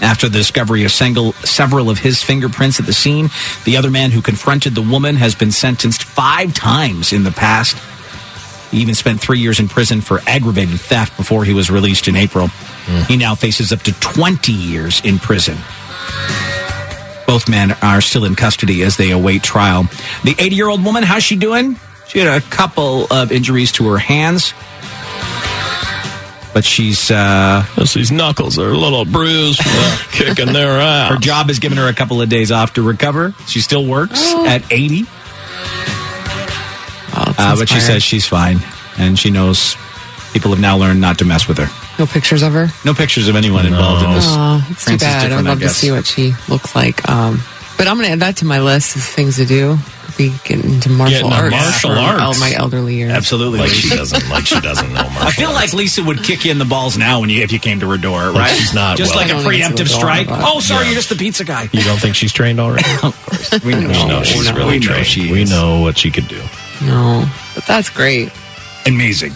[SPEAKER 2] after the discovery of single, several of his fingerprints at the scene. The other man who confronted the woman has been sentenced five times in the past. He even spent three years in prison for aggravated theft before he was released in April. He now faces up to 20 years in prison. Both men are still in custody as they await trial. The 80 year old woman, how's she doing? She had a couple of injuries to her hands, but she's. Uh,
[SPEAKER 4] These knuckles are a little bruised, from kicking their ass.
[SPEAKER 2] Her job has given her a couple of days off to recover. She still works
[SPEAKER 6] Oh.
[SPEAKER 2] at 80. uh, but she
[SPEAKER 6] inspiring.
[SPEAKER 2] says she's fine, and she knows people have now learned not to mess with her.
[SPEAKER 6] No pictures of her.
[SPEAKER 2] No pictures of anyone involved in this.
[SPEAKER 6] Aw, Oh, it's too
[SPEAKER 2] Frances
[SPEAKER 6] bad. I'd
[SPEAKER 2] Different, I
[SPEAKER 6] love to
[SPEAKER 2] guess.
[SPEAKER 6] see what she looks like. Um, but I'm going to add that to my list of things to do. We get into martial
[SPEAKER 2] Getting a
[SPEAKER 6] arts.
[SPEAKER 2] martial
[SPEAKER 6] for
[SPEAKER 2] arts.
[SPEAKER 6] All my elderly years.
[SPEAKER 2] Absolutely,
[SPEAKER 4] Like she doesn't. Like she doesn't know.
[SPEAKER 2] I feel like Lisa would kick you in the balls now when you if you came to her door, right?
[SPEAKER 4] she's not
[SPEAKER 2] just
[SPEAKER 4] well-
[SPEAKER 2] like a
[SPEAKER 4] I don't think it's
[SPEAKER 2] preemptive
[SPEAKER 4] a
[SPEAKER 2] strike.
[SPEAKER 4] dog, but-
[SPEAKER 2] Oh, sorry,
[SPEAKER 4] Yeah.
[SPEAKER 2] you're just the pizza guy.
[SPEAKER 4] You don't think she's trained already? of course,
[SPEAKER 2] we know,
[SPEAKER 4] we know she's
[SPEAKER 2] We
[SPEAKER 4] really
[SPEAKER 2] know
[SPEAKER 4] trained.
[SPEAKER 2] she
[SPEAKER 4] we
[SPEAKER 2] is.
[SPEAKER 4] know what she could do.
[SPEAKER 6] No, but that's great.
[SPEAKER 2] Amazing.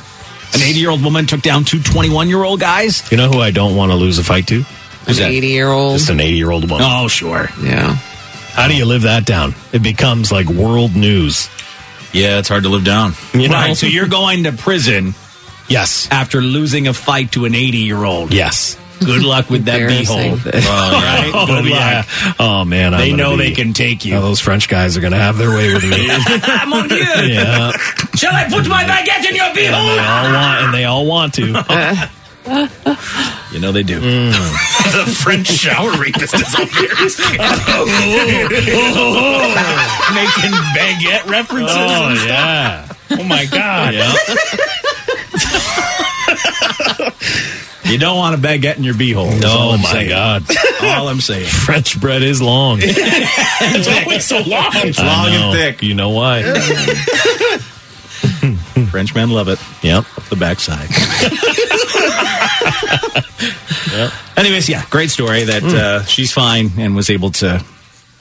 [SPEAKER 2] An 80 year old woman took down two 21 year old guys.
[SPEAKER 4] You know who I don't want to lose a fight to?
[SPEAKER 6] An 80 year old.
[SPEAKER 4] Just an 80 year old woman.
[SPEAKER 2] Oh, sure.
[SPEAKER 6] Yeah.
[SPEAKER 4] How do you live that down? It becomes like world news.
[SPEAKER 2] Yeah, it's hard to live down.
[SPEAKER 4] You know?
[SPEAKER 2] Right. So you're going to prison.
[SPEAKER 4] Yes.
[SPEAKER 2] After losing a fight to an 80 year old.
[SPEAKER 4] Yes.
[SPEAKER 2] Good luck with that
[SPEAKER 4] Embarrassing.
[SPEAKER 2] beehole.
[SPEAKER 4] Oh, yeah.
[SPEAKER 2] Right?
[SPEAKER 4] Good
[SPEAKER 2] Good
[SPEAKER 4] luck.
[SPEAKER 2] luck.
[SPEAKER 4] Oh man,
[SPEAKER 2] They
[SPEAKER 4] I'm gonna
[SPEAKER 2] know
[SPEAKER 4] be-
[SPEAKER 2] they can take you.
[SPEAKER 4] Now those French guys are going to have their way with me.
[SPEAKER 2] I'm on you.
[SPEAKER 4] yeah,
[SPEAKER 2] Shall I put my baguette in your
[SPEAKER 4] and they all want, and they all want to.
[SPEAKER 2] You know they do.
[SPEAKER 10] Mm. the French shower rapist is over here.
[SPEAKER 4] Making baguette references. Oh
[SPEAKER 10] and stuff.
[SPEAKER 4] yeah.
[SPEAKER 10] Oh my god.
[SPEAKER 2] You don't want a baguette in your beehole. is all
[SPEAKER 4] Oh
[SPEAKER 2] I'm
[SPEAKER 4] my
[SPEAKER 2] saying.
[SPEAKER 4] god.
[SPEAKER 2] All I'm saying.
[SPEAKER 4] French bread is long.
[SPEAKER 10] It's always so long.
[SPEAKER 4] I know. You know why? Hmm.
[SPEAKER 2] Frenchmen love it.
[SPEAKER 4] yep.
[SPEAKER 2] Up the backside. Anyways, yeah, great story that
[SPEAKER 4] Hmm.
[SPEAKER 2] uh, she's fine and was able to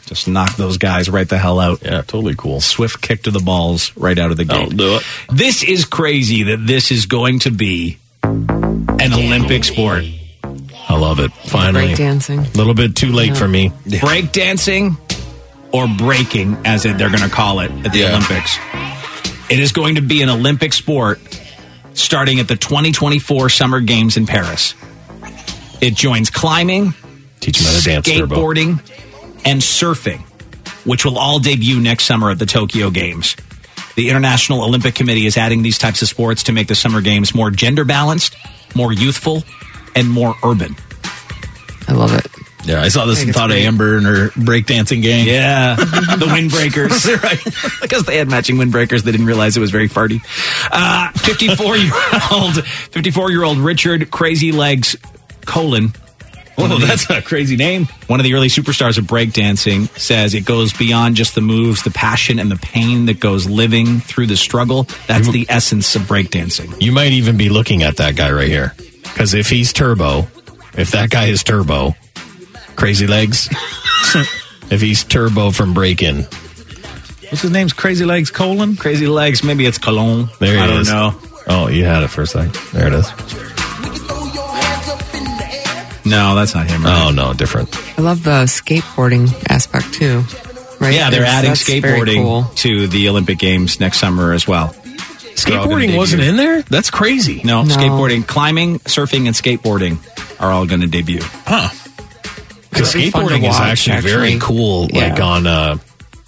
[SPEAKER 2] just knock those guys right the hell out.
[SPEAKER 4] Yeah, totally cool.
[SPEAKER 2] Swift kick to the balls right out of the gate.
[SPEAKER 4] do it.
[SPEAKER 2] This is crazy that this is going to be an Olympic sport.
[SPEAKER 4] I love it. Finally.
[SPEAKER 6] Break
[SPEAKER 4] A
[SPEAKER 6] dancing.
[SPEAKER 4] little bit too late
[SPEAKER 6] Yeah.
[SPEAKER 4] for me.
[SPEAKER 2] Break dancing or breaking, as they're going to call it at the
[SPEAKER 9] Yeah.
[SPEAKER 2] Olympics. It is going to be an Olympic sport starting at the 2024 Summer Games in Paris. It joins climbing,
[SPEAKER 4] Teach him how to dance. Turbo.
[SPEAKER 2] skateboarding, and surfing, which will all debut next summer at the Tokyo Games. The International Olympic Committee is adding these types of sports to make the Summer Games more gender balanced, more youthful, and more urban.
[SPEAKER 6] I love it.
[SPEAKER 11] Yeah, I saw this and
[SPEAKER 6] it's
[SPEAKER 11] thought of
[SPEAKER 6] great.
[SPEAKER 11] Amber and her breakdancing gang.
[SPEAKER 2] Yeah, the windbreakers. right. Because they had matching windbreakers, they didn't realize it was very farty. Uh, 54 year old, 54 year old Richard Crazy Legs colon. One of the-
[SPEAKER 11] a crazy name.
[SPEAKER 2] one of the early superstars of breakdancing says it goes beyond just the moves, the passion and the pain that goes living through the struggle. That's the essence of breakdancing.
[SPEAKER 4] You might even be looking at that guy right here. Because if he's turbo, if that guy is turbo, crazy legs, if he's turbo from breaking,
[SPEAKER 11] What's his name's Crazy Legs Colon?
[SPEAKER 2] Crazy legs, maybe it's cologne.
[SPEAKER 4] there he
[SPEAKER 2] I don't
[SPEAKER 4] is.
[SPEAKER 2] know.
[SPEAKER 4] Oh, you had it for a second. There it is.
[SPEAKER 2] No, that's not him. right?
[SPEAKER 4] Oh, no, different.
[SPEAKER 6] I love the skateboarding aspect too. Right?
[SPEAKER 2] yeah, they're
[SPEAKER 6] There's-
[SPEAKER 2] adding
[SPEAKER 6] that's very
[SPEAKER 2] skateboarding
[SPEAKER 6] cool.
[SPEAKER 2] to the Olympic Games next summer as well.
[SPEAKER 4] Skateboarding wasn't in there? That's crazy.
[SPEAKER 2] No,
[SPEAKER 6] No.
[SPEAKER 2] skateboarding, climbing, surfing, and skateboarding are all going to debut.
[SPEAKER 4] Because
[SPEAKER 6] It'll be fun to
[SPEAKER 4] skateboarding is
[SPEAKER 6] watch,
[SPEAKER 4] actually, very
[SPEAKER 6] actually.
[SPEAKER 4] cool, like
[SPEAKER 6] Yeah.
[SPEAKER 4] on a,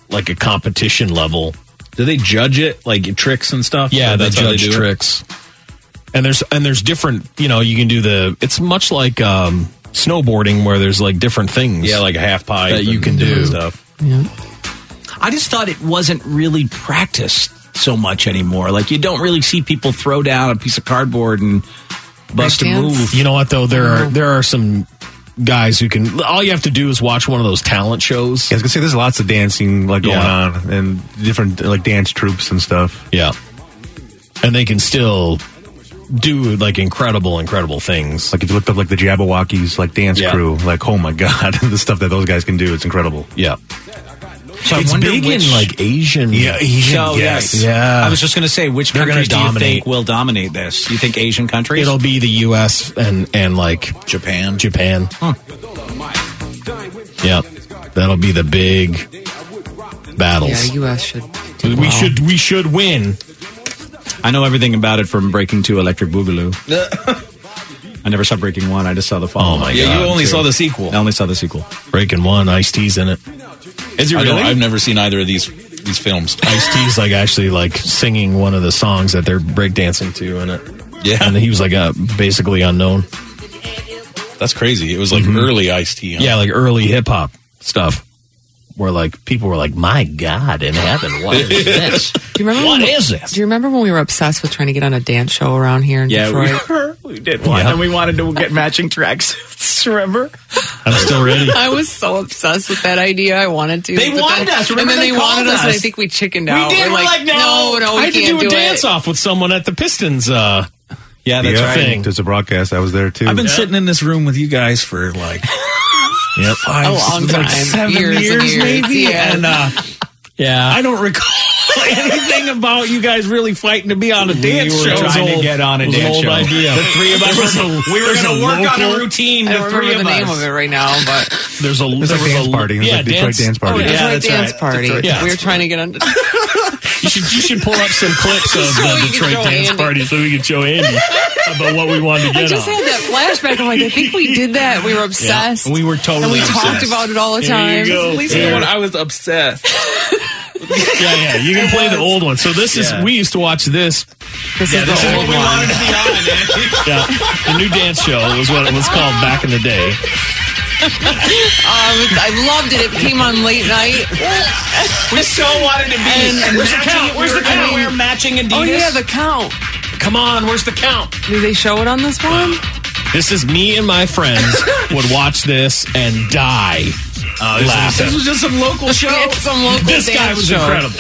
[SPEAKER 4] like a competition level.
[SPEAKER 11] Do they judge it like tricks and stuff?
[SPEAKER 4] Yeah,
[SPEAKER 11] Or
[SPEAKER 4] they
[SPEAKER 11] that's how
[SPEAKER 4] judge
[SPEAKER 11] do it?
[SPEAKER 4] tricks. And there's and there's different, you know, you can do the it's much like um snowboarding where there's like different things.
[SPEAKER 11] Yeah, like a half pipe
[SPEAKER 4] That you
[SPEAKER 11] and
[SPEAKER 4] can do.
[SPEAKER 11] different stuff.
[SPEAKER 2] I just thought it wasn't really practiced so much anymore. Like you don't really see people throw down a piece of cardboard and bust a
[SPEAKER 6] Breakdance?
[SPEAKER 2] move.
[SPEAKER 4] You know what though? There are
[SPEAKER 6] Mhm.
[SPEAKER 4] there are some guys who can all you have to do is watch one of those talent shows.
[SPEAKER 5] Yeah, I was gonna say there's lots of dancing like going
[SPEAKER 4] Yeah.
[SPEAKER 5] on and different like dance troops and stuff.
[SPEAKER 4] Yeah. And they can still do like incredible incredible things.
[SPEAKER 5] Like if you looked up like the Jabberwockies like dance
[SPEAKER 4] Yeah.
[SPEAKER 5] crew, like oh my god, the stuff that those guys can do, it's incredible.
[SPEAKER 4] Yeah.
[SPEAKER 2] So
[SPEAKER 4] it's big in like Asian
[SPEAKER 5] Asian,
[SPEAKER 2] so, yes.
[SPEAKER 4] Yeah.
[SPEAKER 2] I was just going to say, which
[SPEAKER 4] They're gonna
[SPEAKER 2] countries do you
[SPEAKER 4] dominate.
[SPEAKER 2] think will dominate this? You think Asian countries?
[SPEAKER 4] It'll be the U.S. and and like
[SPEAKER 11] Japan.
[SPEAKER 4] Japan. Yeah, that'll be the big
[SPEAKER 6] Yeah,
[SPEAKER 4] battles.
[SPEAKER 6] U.S. should.
[SPEAKER 4] we
[SPEAKER 6] do well.
[SPEAKER 4] should we should win.
[SPEAKER 2] I know everything about it from Breaking to Electric Boogaloo. I never saw Breaking One. I just saw the follow.
[SPEAKER 4] Oh, my Yeah, God, you only too. saw the sequel.
[SPEAKER 2] I only saw the sequel.
[SPEAKER 4] Breaking One, Ice T's in it.
[SPEAKER 9] Is it
[SPEAKER 4] I don't-
[SPEAKER 9] really?
[SPEAKER 4] I've
[SPEAKER 9] I've never seen either of these these films.
[SPEAKER 4] Ice T's like actually like singing one of the songs that they're breakdancing to in it. Yeah, and he was like uh, basically unknown. Mm-hmm.
[SPEAKER 9] That's crazy. It was like early Ice T.
[SPEAKER 4] Yeah, like early hip hop stuff, where like people were like, "My God, in heaven, what is this?"
[SPEAKER 6] Do you remember
[SPEAKER 4] What
[SPEAKER 6] when,
[SPEAKER 4] is this?
[SPEAKER 6] Do you remember when we were obsessed with trying to get on a dance show around here in Detroit?
[SPEAKER 11] were. We did one, and we wanted to get matching tracks. Remember?
[SPEAKER 4] I'm still
[SPEAKER 6] I was so obsessed with that idea. I wanted to.
[SPEAKER 11] They
[SPEAKER 6] but
[SPEAKER 11] wanted
[SPEAKER 6] then-
[SPEAKER 11] us.
[SPEAKER 6] and
[SPEAKER 11] Remember
[SPEAKER 6] then
[SPEAKER 11] they
[SPEAKER 6] they, wanted
[SPEAKER 11] called
[SPEAKER 6] us, and I
[SPEAKER 11] us.
[SPEAKER 6] think we chickened
[SPEAKER 11] We
[SPEAKER 6] out.
[SPEAKER 11] did. We're
[SPEAKER 6] We're
[SPEAKER 11] like, no.
[SPEAKER 6] no, no, we
[SPEAKER 4] I had to
[SPEAKER 6] can't
[SPEAKER 4] do a
[SPEAKER 6] it.
[SPEAKER 4] dance off with someone at the Pistons. Uh, yeah, that's
[SPEAKER 5] yeah,
[SPEAKER 4] right.
[SPEAKER 5] Thing. There's a broadcast. I was there too.
[SPEAKER 11] I've been sitting in this room with you guys for like
[SPEAKER 4] yep.
[SPEAKER 11] five,
[SPEAKER 5] A long
[SPEAKER 11] like
[SPEAKER 5] time.
[SPEAKER 11] seven
[SPEAKER 5] Years
[SPEAKER 11] years,
[SPEAKER 5] and years,
[SPEAKER 11] maybe,
[SPEAKER 5] yeah.
[SPEAKER 11] and uh,
[SPEAKER 4] yeah,
[SPEAKER 11] I don't recall anything about you guys really fighting to be on a dance
[SPEAKER 2] were
[SPEAKER 11] show.
[SPEAKER 2] trying to get on a
[SPEAKER 11] It was an
[SPEAKER 2] dance
[SPEAKER 11] old
[SPEAKER 2] show.
[SPEAKER 11] idea.
[SPEAKER 2] The three of us
[SPEAKER 11] There was
[SPEAKER 2] were-
[SPEAKER 11] a-
[SPEAKER 2] we were
[SPEAKER 11] there's
[SPEAKER 2] gonna
[SPEAKER 11] a
[SPEAKER 2] work on a
[SPEAKER 11] local-
[SPEAKER 2] routine,
[SPEAKER 6] I don't remember the name of it right now, but
[SPEAKER 4] There's a
[SPEAKER 5] There's a
[SPEAKER 4] there was
[SPEAKER 5] dance party. It was
[SPEAKER 4] yeah,
[SPEAKER 5] like Detroit dance party.
[SPEAKER 6] oh, it was
[SPEAKER 5] Yeah,
[SPEAKER 6] my
[SPEAKER 5] that's
[SPEAKER 6] dance
[SPEAKER 5] right.
[SPEAKER 6] party.
[SPEAKER 5] Detroit dance
[SPEAKER 6] we were trying to get on. I
[SPEAKER 4] You should you should pull up some clips of
[SPEAKER 6] So
[SPEAKER 4] the
[SPEAKER 6] we can
[SPEAKER 4] Detroit
[SPEAKER 6] show
[SPEAKER 4] dance
[SPEAKER 6] Andy.
[SPEAKER 4] party so we can show Andy about what we wanted to get
[SPEAKER 6] just
[SPEAKER 4] on.
[SPEAKER 6] had that flashback. I'm like, I think we did that. We were obsessed.
[SPEAKER 4] We were totally
[SPEAKER 6] And we
[SPEAKER 4] obsessed.
[SPEAKER 6] talked about it all the
[SPEAKER 4] There
[SPEAKER 6] time.
[SPEAKER 4] you go. At least the one I
[SPEAKER 3] was obsessed.
[SPEAKER 4] yeah, yeah. You can play the old one. So this
[SPEAKER 3] Yeah.
[SPEAKER 4] is we used to watch this.
[SPEAKER 6] This
[SPEAKER 4] yeah,
[SPEAKER 3] is
[SPEAKER 4] this
[SPEAKER 3] the
[SPEAKER 4] is
[SPEAKER 3] old
[SPEAKER 4] what we
[SPEAKER 3] one.
[SPEAKER 4] wanted to be on. yeah, the new dance show was what it was called back in the day.
[SPEAKER 6] Um, it's- I loved it. It came on late night.
[SPEAKER 3] We so wanted to be.
[SPEAKER 6] And
[SPEAKER 3] where's the
[SPEAKER 6] matching-
[SPEAKER 3] count? Where's the
[SPEAKER 6] I
[SPEAKER 3] count?
[SPEAKER 6] mean-
[SPEAKER 3] We're matching Adidas.
[SPEAKER 6] Oh yeah, the count.
[SPEAKER 4] Come on, where's the count?
[SPEAKER 6] Do they show it on this one?
[SPEAKER 4] This is me and my friends would watch this and die
[SPEAKER 3] Oh, this
[SPEAKER 4] laughing.
[SPEAKER 3] was just some local show.
[SPEAKER 6] some local
[SPEAKER 4] This guy
[SPEAKER 6] dance
[SPEAKER 4] was
[SPEAKER 6] show.
[SPEAKER 4] incredible.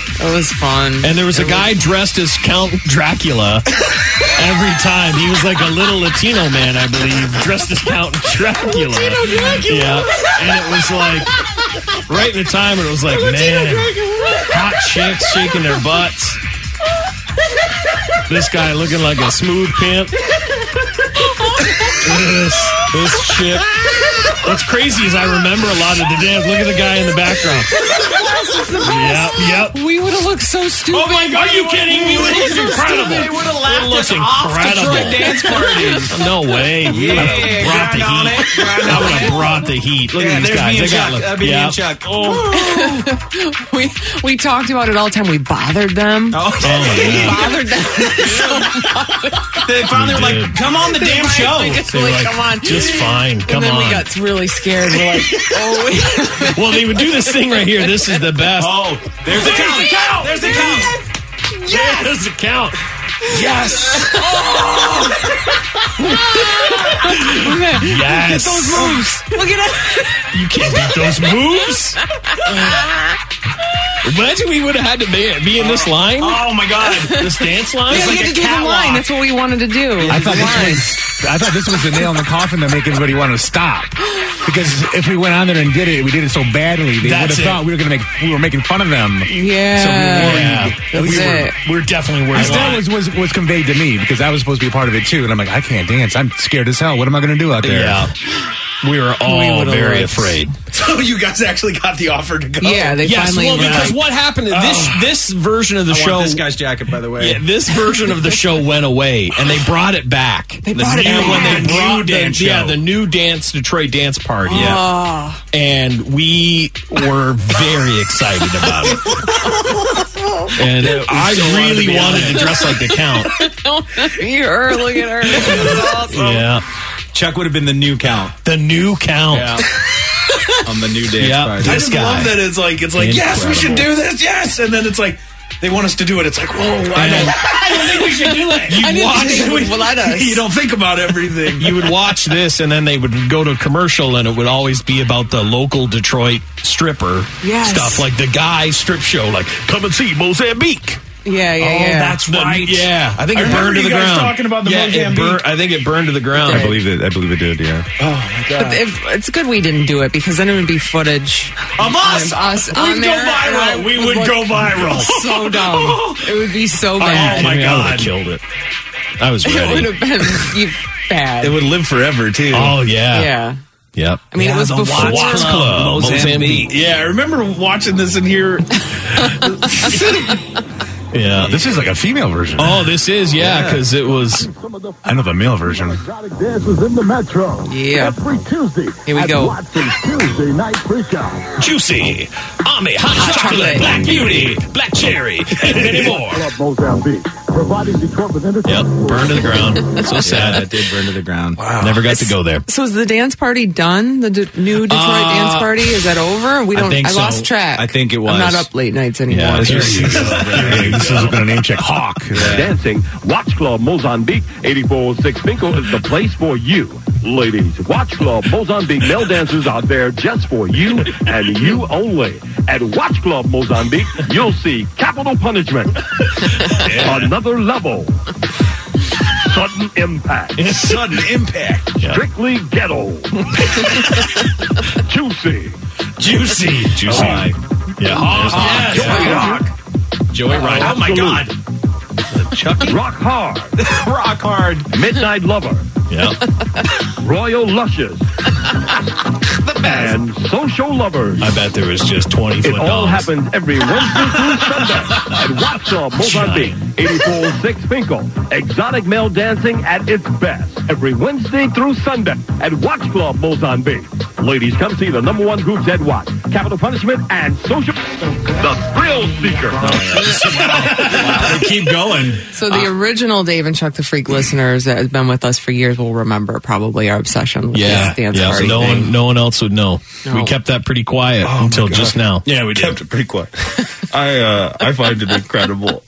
[SPEAKER 6] It was fun.
[SPEAKER 4] And there was a guy dressed as Count Dracula every time. He was like a little Latino man, I believe, dressed as Count Dracula.
[SPEAKER 3] Latino Dracula.
[SPEAKER 4] Yeah. And it was like right in the time when it was like, man, hot chicks shaking their butts. This guy looking like a smooth pimp. This, this shit. What's crazy is I remember a lot of the dance. Look at the guy in the background. Yep, yep.
[SPEAKER 6] We would have looked so stupid.
[SPEAKER 4] Oh my god, are you kidding me?
[SPEAKER 3] would've
[SPEAKER 4] It was
[SPEAKER 3] looked so
[SPEAKER 4] incredible.
[SPEAKER 3] stupid. They would've laughed
[SPEAKER 4] It looks
[SPEAKER 3] us off
[SPEAKER 4] incredible.
[SPEAKER 3] Detroit dance parties.
[SPEAKER 4] no way.
[SPEAKER 3] Yeah,
[SPEAKER 4] I would have brought the
[SPEAKER 3] grind on it,
[SPEAKER 4] heat.
[SPEAKER 3] grind
[SPEAKER 4] I
[SPEAKER 3] on
[SPEAKER 4] would
[SPEAKER 3] it.
[SPEAKER 4] have brought the heat. Look
[SPEAKER 3] Yeah,
[SPEAKER 4] at these
[SPEAKER 3] there's
[SPEAKER 4] guys.
[SPEAKER 3] me and
[SPEAKER 4] they got
[SPEAKER 3] Chuck.
[SPEAKER 4] look-
[SPEAKER 3] That'd be me
[SPEAKER 4] yeah.
[SPEAKER 3] and Chuck.
[SPEAKER 4] Oh,
[SPEAKER 6] we we talked about it all the time. We bothered them.
[SPEAKER 3] Oh,
[SPEAKER 6] we
[SPEAKER 4] yeah.
[SPEAKER 6] bothered them.
[SPEAKER 3] They finally were like, come on the damn
[SPEAKER 6] Right?
[SPEAKER 3] show.
[SPEAKER 6] They just
[SPEAKER 4] They
[SPEAKER 6] were
[SPEAKER 4] were
[SPEAKER 6] like,
[SPEAKER 4] like,
[SPEAKER 6] come on.
[SPEAKER 4] just fine. Come
[SPEAKER 6] and then
[SPEAKER 4] on.
[SPEAKER 6] we got really scared. We're like, oh, wait.
[SPEAKER 4] well, they would do this thing right here. This is the best.
[SPEAKER 3] Oh, there's the count. There's the count.
[SPEAKER 4] yes. This is the count.
[SPEAKER 3] Yes.
[SPEAKER 6] Oh.
[SPEAKER 4] Yes.
[SPEAKER 6] moves. Look at that.
[SPEAKER 4] You can't beat those moves. Imagine we would have had to be, be in this line,
[SPEAKER 3] Oh my god.
[SPEAKER 4] this dance line.
[SPEAKER 6] Yeah,
[SPEAKER 4] It's
[SPEAKER 6] we
[SPEAKER 4] like
[SPEAKER 6] had
[SPEAKER 4] a
[SPEAKER 6] to do the line.
[SPEAKER 4] catwalk.
[SPEAKER 6] That's what we wanted to do.
[SPEAKER 5] I thought
[SPEAKER 6] The line.
[SPEAKER 5] this was I thought this was the nail in the coffin that make everybody want to stop. Because if we went on there and did it, we did it so badly they would
[SPEAKER 4] That's
[SPEAKER 5] have
[SPEAKER 4] it.
[SPEAKER 5] thought we were gonna make we were making fun of them.
[SPEAKER 6] Yeah.
[SPEAKER 4] Yeah.
[SPEAKER 5] That's
[SPEAKER 4] we
[SPEAKER 6] it.
[SPEAKER 4] Were, we're definitely worth
[SPEAKER 5] Because that
[SPEAKER 4] it.
[SPEAKER 5] was, was was conveyed to me because I was supposed to be a part of it too, and I'm like, I can't dance. I'm scared as hell. What am I going to do out there?
[SPEAKER 4] Yeah. We were
[SPEAKER 6] We
[SPEAKER 4] all
[SPEAKER 6] would've
[SPEAKER 4] very
[SPEAKER 6] looked-
[SPEAKER 4] afraid.
[SPEAKER 10] So you guys actually got the offer to go. Oh.
[SPEAKER 6] yeah, they
[SPEAKER 4] Yes,
[SPEAKER 6] finally
[SPEAKER 4] well,
[SPEAKER 6] were
[SPEAKER 4] because
[SPEAKER 6] like,
[SPEAKER 4] what happened to this this version of the
[SPEAKER 10] I
[SPEAKER 4] show?
[SPEAKER 10] want this guy's jacket, by the way.
[SPEAKER 4] yeah, this version of the show went away, and they brought it back. They
[SPEAKER 6] brought it back.
[SPEAKER 4] When
[SPEAKER 10] The
[SPEAKER 4] they
[SPEAKER 10] new
[SPEAKER 4] brought the-
[SPEAKER 10] dance show.
[SPEAKER 4] Yeah, the new dance Detroit dance party.
[SPEAKER 6] oh.
[SPEAKER 4] and we were very excited about it. And I really wanted to dress like the count.
[SPEAKER 6] you her. Look at her. That's awesome.
[SPEAKER 4] Yeah,
[SPEAKER 10] Chuck would have been the new count
[SPEAKER 4] the new count.
[SPEAKER 10] on the new dance
[SPEAKER 4] Yeah.
[SPEAKER 10] party.
[SPEAKER 4] This
[SPEAKER 10] I just
[SPEAKER 4] guy.
[SPEAKER 10] love that it's like it's like yes, we should do this, yes, and then it's like they want us to do it. It's like whoa, I
[SPEAKER 4] And-
[SPEAKER 10] don't, I don't think we should do it.
[SPEAKER 6] I didn't
[SPEAKER 4] watch-
[SPEAKER 6] think they would let us.
[SPEAKER 10] you don't think about everything.
[SPEAKER 4] you would watch this and then they would go to commercial and it would always be about the local Detroit stripper
[SPEAKER 6] Yes.
[SPEAKER 4] stuff like the guy strip show like come and see Mozambique.
[SPEAKER 6] Yeah, yeah, yeah.
[SPEAKER 4] The- Yeah, Oh, I think
[SPEAKER 10] I
[SPEAKER 4] it
[SPEAKER 10] remember
[SPEAKER 4] burned to
[SPEAKER 10] you
[SPEAKER 4] the
[SPEAKER 10] guys
[SPEAKER 4] ground.
[SPEAKER 10] talking about the
[SPEAKER 4] yeah, it
[SPEAKER 10] Mozambique. Oh,
[SPEAKER 4] bur- I think it burned to the ground.
[SPEAKER 5] I believe it. I believe it did. Yeah,
[SPEAKER 6] But if, it's good we didn't do it because then it would be footage
[SPEAKER 10] Of us.
[SPEAKER 6] of us
[SPEAKER 10] We'd
[SPEAKER 6] on
[SPEAKER 10] go
[SPEAKER 6] there, and I
[SPEAKER 10] viral. We would
[SPEAKER 6] look
[SPEAKER 10] go viral. Oh
[SPEAKER 6] So dumb. It would be so
[SPEAKER 4] Are Oh, you
[SPEAKER 6] bad.
[SPEAKER 10] my
[SPEAKER 4] kidding me? I would've
[SPEAKER 10] God.
[SPEAKER 4] killed it. I was
[SPEAKER 6] it would
[SPEAKER 4] ready.
[SPEAKER 6] have been you- bad.
[SPEAKER 10] would live forever too.
[SPEAKER 4] Oh yeah.
[SPEAKER 6] yeah.
[SPEAKER 4] Yep.
[SPEAKER 6] I mean, it was
[SPEAKER 10] the
[SPEAKER 6] before.
[SPEAKER 4] Watts Club, Mozambique.
[SPEAKER 10] Yeah, I remember watching this in here.
[SPEAKER 4] Yeah.
[SPEAKER 5] This is like a female version.
[SPEAKER 4] Oh, this is, yeah, because it was.
[SPEAKER 5] I know the male version.
[SPEAKER 12] Dances in the Metro.
[SPEAKER 5] Yeah.
[SPEAKER 12] Every Tuesday.
[SPEAKER 5] Here we
[SPEAKER 12] at
[SPEAKER 5] go.
[SPEAKER 12] Watson's Tuesday night pre-show.
[SPEAKER 2] Juicy, Ami, hot, chocolate,
[SPEAKER 12] chocolate.
[SPEAKER 2] black beauty, black cherry, and many more.
[SPEAKER 12] Club Mozambique. Providing Detroit with
[SPEAKER 4] Yep, burned to the ground.
[SPEAKER 13] Yeah,
[SPEAKER 4] So sad.
[SPEAKER 13] it did burn to the ground.
[SPEAKER 4] Wow. Never got to go there.
[SPEAKER 6] So is the dance party done? The d- new Detroit
[SPEAKER 13] Uh,
[SPEAKER 6] dance party is that over? We
[SPEAKER 13] I
[SPEAKER 6] don't. I,
[SPEAKER 13] think so.
[SPEAKER 6] lost track.
[SPEAKER 13] I think it was.
[SPEAKER 6] I'm not up late nights anymore.
[SPEAKER 13] Yeah, this was-
[SPEAKER 5] this is going to name check Hawk.
[SPEAKER 1] Dancing Watch Club Mozambique 8406 Finkel is the place for you. Ladies, Watch Club Mozambique male dancers are there just for you and you only. At Watch Club Mozambique, you'll see capital punishment, another level, sudden impact,
[SPEAKER 2] sudden impact,
[SPEAKER 1] strictly ghetto, juicy,
[SPEAKER 2] juicy, Ah,
[SPEAKER 4] Juicy. Yeah.
[SPEAKER 1] Hawk.
[SPEAKER 2] Yes.
[SPEAKER 1] Joey Rock.
[SPEAKER 4] Joey Rock.
[SPEAKER 2] Oh, my God.
[SPEAKER 1] Chucky. Rock Hard. Rock Hard. E. Midnight Lover.
[SPEAKER 4] Yeah.
[SPEAKER 1] Royal Luscious. the best. And Social Lovers.
[SPEAKER 4] I bet there was just 20
[SPEAKER 1] It
[SPEAKER 4] foot
[SPEAKER 1] all
[SPEAKER 4] dogs.
[SPEAKER 1] happens every Wednesday through Sunday at Watsall Mozambique, 846 oh Finkel. Exotic male dancing at its best every Wednesday through Sunday at Watch Club Mozambique. Ladies, come see the number one groups at Watch. Capital Punishment and Social... The Thrill
[SPEAKER 4] Oh,
[SPEAKER 1] Seeker.
[SPEAKER 4] They keep going.
[SPEAKER 6] So the original Dave and Chuck the Freak listeners that have been with us for years will remember probably our obsession with
[SPEAKER 4] Yeah,
[SPEAKER 6] this dance
[SPEAKER 4] yeah. So
[SPEAKER 6] party
[SPEAKER 4] no
[SPEAKER 6] thing.
[SPEAKER 4] one, no one else would know. We
[SPEAKER 6] No.
[SPEAKER 4] kept that pretty quiet until just now.
[SPEAKER 2] Yeah, we kept
[SPEAKER 14] it pretty quiet. I uh, I find it incredible.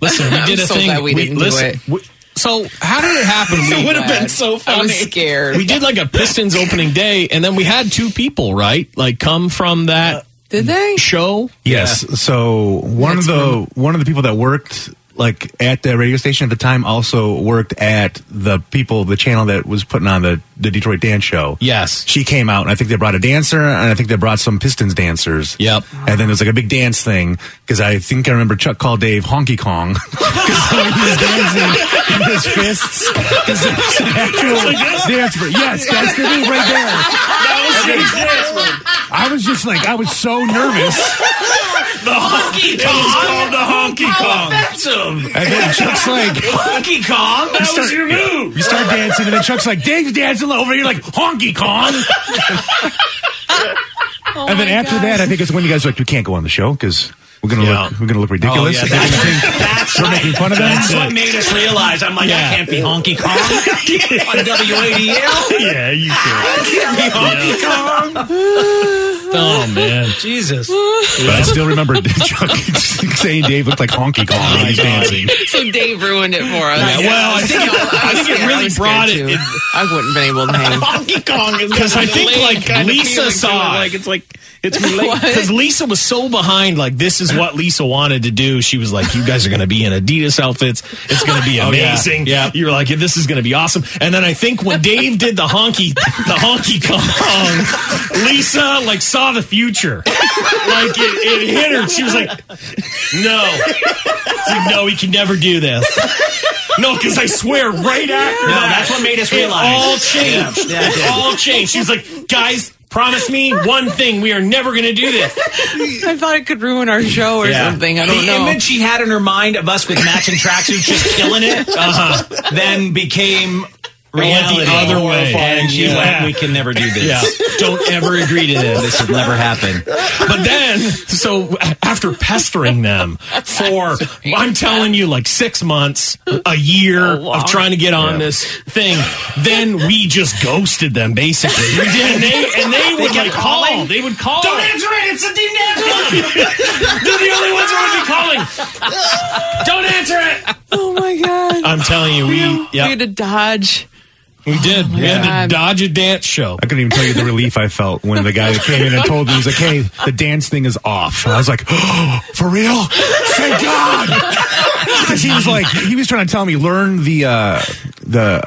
[SPEAKER 4] Listen, we did
[SPEAKER 6] I'm
[SPEAKER 4] a
[SPEAKER 6] so
[SPEAKER 4] thing.
[SPEAKER 6] glad we didn't do it.
[SPEAKER 4] we- so how did it happen?
[SPEAKER 6] I'm so glad. I was scared.
[SPEAKER 4] We did like a Pistons opening day, and then we had two people, right? Like come from that.
[SPEAKER 6] Did they
[SPEAKER 4] show?
[SPEAKER 5] Yes. So one of the one of the people that worked like at the radio station at the time also worked at the people the channel that was putting on the the Detroit dance show.
[SPEAKER 4] Yes.
[SPEAKER 5] She came out and I think they brought a dancer and I think they brought some Pistons dancers.
[SPEAKER 4] Yep.
[SPEAKER 5] And then there was like a big dance thing because I think I remember Chuck called Dave Honky Kong. Because he was dancing in his fists. Because it's an actual dance for Yes, that's the name right there. I was just like, I was so nervous.
[SPEAKER 2] The honky
[SPEAKER 5] It
[SPEAKER 2] Kong.
[SPEAKER 5] was called the Honky Kong.
[SPEAKER 2] Offensive.
[SPEAKER 5] And then Chuck's like-
[SPEAKER 2] honky Kong. That
[SPEAKER 5] You start-
[SPEAKER 2] was your move.
[SPEAKER 5] You start dancing, and then Chuck's like, Dave's dancing over. You're like, honky Kong. and then after that, I think it's when you guys are like, we can't go on the show because we're gonna look we're gonna look ridiculous.
[SPEAKER 2] yeah,
[SPEAKER 5] And then
[SPEAKER 2] that's-
[SPEAKER 5] we think we're making fun of them.
[SPEAKER 2] That's what made us realize. I'm like,
[SPEAKER 5] Yeah.
[SPEAKER 2] I can't be honky Kong on WADL.
[SPEAKER 4] Yeah, you
[SPEAKER 2] I can't be honky Kong.
[SPEAKER 4] Oh man,
[SPEAKER 2] Jesus.
[SPEAKER 5] But I still remember Chuck saying Dave looked like honky Kong
[SPEAKER 4] Oh,
[SPEAKER 5] when he's dancing.
[SPEAKER 6] So Dave ruined it for us.
[SPEAKER 5] Yeah, well, I think- I think it really brought it in-
[SPEAKER 6] I wouldn't been able to hang.
[SPEAKER 2] Honky Kong is
[SPEAKER 4] Because I
[SPEAKER 2] got a
[SPEAKER 4] think
[SPEAKER 2] lame
[SPEAKER 4] like
[SPEAKER 2] kind of
[SPEAKER 4] Lisa
[SPEAKER 2] feeling to
[SPEAKER 4] saw
[SPEAKER 2] it,
[SPEAKER 4] it.
[SPEAKER 2] like it's like it's
[SPEAKER 6] What?
[SPEAKER 4] because Lisa was so behind. Like this is what Lisa wanted to do. She was like, "You guys are going to be in Adidas outfits. It's going to be
[SPEAKER 2] Oh, yeah.
[SPEAKER 4] amazing." yeah. you were like, yeah, "This is going to be awesome." And then I think when Dave did the honky, the honky kong, Lisa like saw the future. Like it, it hit her. She was like, "No, It's like, no, we can never do this." No, because I swear, right after
[SPEAKER 2] No,
[SPEAKER 4] that,
[SPEAKER 2] that's what made us
[SPEAKER 4] it
[SPEAKER 2] realize.
[SPEAKER 4] all changed.
[SPEAKER 2] Yeah. Yeah, it
[SPEAKER 4] It
[SPEAKER 2] did.
[SPEAKER 4] all changed. She was like, "Guys, promise me one thing: we are never going to do this."
[SPEAKER 6] I thought it could ruin our show or
[SPEAKER 4] Yeah.
[SPEAKER 6] something. I
[SPEAKER 4] The
[SPEAKER 6] don't know.
[SPEAKER 15] image she had in her mind of us with matching tracksuits just killing it
[SPEAKER 4] Uh-huh.
[SPEAKER 15] then became
[SPEAKER 4] went the
[SPEAKER 15] reality.
[SPEAKER 4] other way.
[SPEAKER 15] And she
[SPEAKER 4] Yeah.
[SPEAKER 15] went, we can never do this.
[SPEAKER 4] Don't ever agree to this.
[SPEAKER 15] This will never happen.
[SPEAKER 4] But then, so after pestering them for, I'm telling you, like six months, a year of trying to get on this thing, then we just ghosted them basically. We did, and they, and they
[SPEAKER 2] They
[SPEAKER 4] would
[SPEAKER 2] kept
[SPEAKER 4] like call.
[SPEAKER 2] calling?
[SPEAKER 4] They would call.
[SPEAKER 2] Don't answer it. It's a denatural. They're the only ones that would be calling. Don't answer it.
[SPEAKER 6] Oh my god!
[SPEAKER 4] I'm telling you, we
[SPEAKER 6] We
[SPEAKER 4] yeah,
[SPEAKER 6] had to dodge.
[SPEAKER 4] we did. we had
[SPEAKER 6] God.
[SPEAKER 4] to dodge a dance show.
[SPEAKER 5] I couldn't even tell you the relief I felt when the guy that came in and told me, he's like, hey, the dance thing is off. And I was like, oh, for real? Thank God. Because he was like, he was trying to tell me, learn the, uh, the,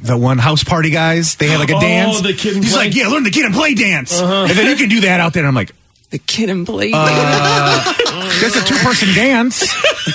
[SPEAKER 5] the one house party guys. They had like a
[SPEAKER 4] Oh,
[SPEAKER 5] dance.
[SPEAKER 4] the kid and
[SPEAKER 5] he's
[SPEAKER 4] play-
[SPEAKER 5] like, yeah, learn the kid and play dance.
[SPEAKER 4] Uh-huh.
[SPEAKER 5] And then you can do that out there. And I'm like, Uh,
[SPEAKER 6] The kid in Blade.
[SPEAKER 5] That's a two person dance.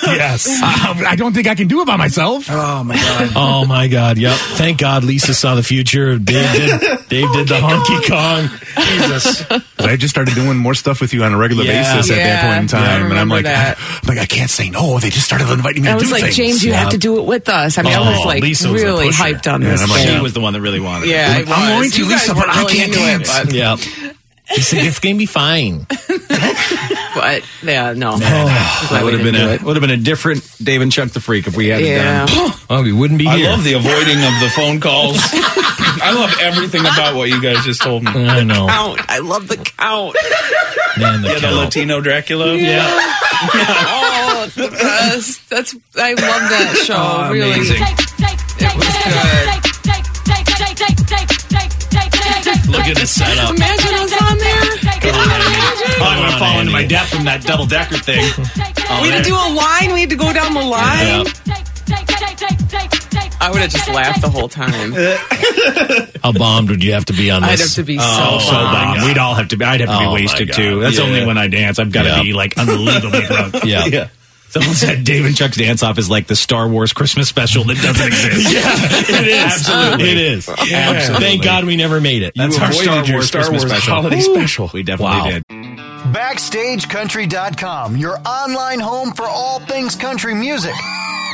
[SPEAKER 5] yes. I don't think I can do it by myself.
[SPEAKER 4] Oh my god. oh my god. Yep. Thank God Lisa saw the future. Dave did. Dave did the honky Kong. Jesus.
[SPEAKER 5] I just started doing more stuff with you on a regular
[SPEAKER 4] Yeah.
[SPEAKER 5] basis at that
[SPEAKER 4] Yeah,
[SPEAKER 5] point in
[SPEAKER 4] I
[SPEAKER 5] time, and I'm
[SPEAKER 4] remember
[SPEAKER 5] like,
[SPEAKER 4] that.
[SPEAKER 5] I, like I can't say no. They just started inviting me
[SPEAKER 6] I
[SPEAKER 5] to do
[SPEAKER 6] was like,
[SPEAKER 5] things.
[SPEAKER 6] James, you have to do it with us. I mean, I was like really hyped on
[SPEAKER 5] Yeah,
[SPEAKER 6] this.
[SPEAKER 5] and I'm like,
[SPEAKER 6] thing.
[SPEAKER 5] yeah.
[SPEAKER 2] was the one that really wanted.
[SPEAKER 6] Yeah,
[SPEAKER 2] it.
[SPEAKER 6] it was.
[SPEAKER 4] I'm going to
[SPEAKER 6] You guys
[SPEAKER 4] Lisa, but
[SPEAKER 6] weren't
[SPEAKER 4] I
[SPEAKER 6] really
[SPEAKER 4] can't
[SPEAKER 6] into it,
[SPEAKER 4] dance.
[SPEAKER 6] but-
[SPEAKER 4] yeah. He said it's gonna be fine.
[SPEAKER 6] But yeah, no.
[SPEAKER 2] that would have been a would have been a different Dave and Chuck the Freak if we had
[SPEAKER 6] Yeah.
[SPEAKER 2] it done. oh, we wouldn't be
[SPEAKER 9] I
[SPEAKER 2] here.
[SPEAKER 9] love the avoiding of the phone calls. I love everything about what you guys just told me.
[SPEAKER 4] I know.
[SPEAKER 6] Count. I love the count.
[SPEAKER 4] Man, the
[SPEAKER 9] yeah, the
[SPEAKER 4] count.
[SPEAKER 9] Latino Dracula.
[SPEAKER 6] oh, it's the best. That's I love that show.
[SPEAKER 9] Oh,
[SPEAKER 6] really.
[SPEAKER 9] amazing.
[SPEAKER 10] Look at this setup.
[SPEAKER 6] Imagine us on there.
[SPEAKER 10] Oh, I'm gonna fall into my death from that double decker thing.
[SPEAKER 2] Oh,
[SPEAKER 6] we had to do a line. We had to go down the line. I would have just laughed the whole time.
[SPEAKER 4] How bombed would you have to be on this?
[SPEAKER 6] I'd have to be so
[SPEAKER 2] Oh,
[SPEAKER 6] bombed.
[SPEAKER 4] bombed. We'd all have to be. I'd have to be
[SPEAKER 11] Oh, my
[SPEAKER 4] wasted
[SPEAKER 11] God.
[SPEAKER 4] too. That's
[SPEAKER 11] Yeah.
[SPEAKER 4] only when I dance. I've got to
[SPEAKER 11] Yeah.
[SPEAKER 4] be like unbelievably drunk.
[SPEAKER 2] Yeah.
[SPEAKER 4] yeah.
[SPEAKER 2] Someone said Dave and Chuck's dance off is like the Star Wars Christmas special that doesn't exist.
[SPEAKER 4] It is.
[SPEAKER 2] Absolutely.
[SPEAKER 4] It is.
[SPEAKER 2] Yeah. Absolutely.
[SPEAKER 4] Thank God we never made it.
[SPEAKER 2] You
[SPEAKER 4] That's our
[SPEAKER 2] avoided
[SPEAKER 4] Star
[SPEAKER 2] your
[SPEAKER 4] Wars
[SPEAKER 2] Star
[SPEAKER 4] Christmas
[SPEAKER 2] Wars
[SPEAKER 4] special.
[SPEAKER 2] holiday
[SPEAKER 4] Ooh.
[SPEAKER 2] special. We definitely
[SPEAKER 4] Wow.
[SPEAKER 2] did.
[SPEAKER 7] BackstageCountry.com, your online home for all things country music.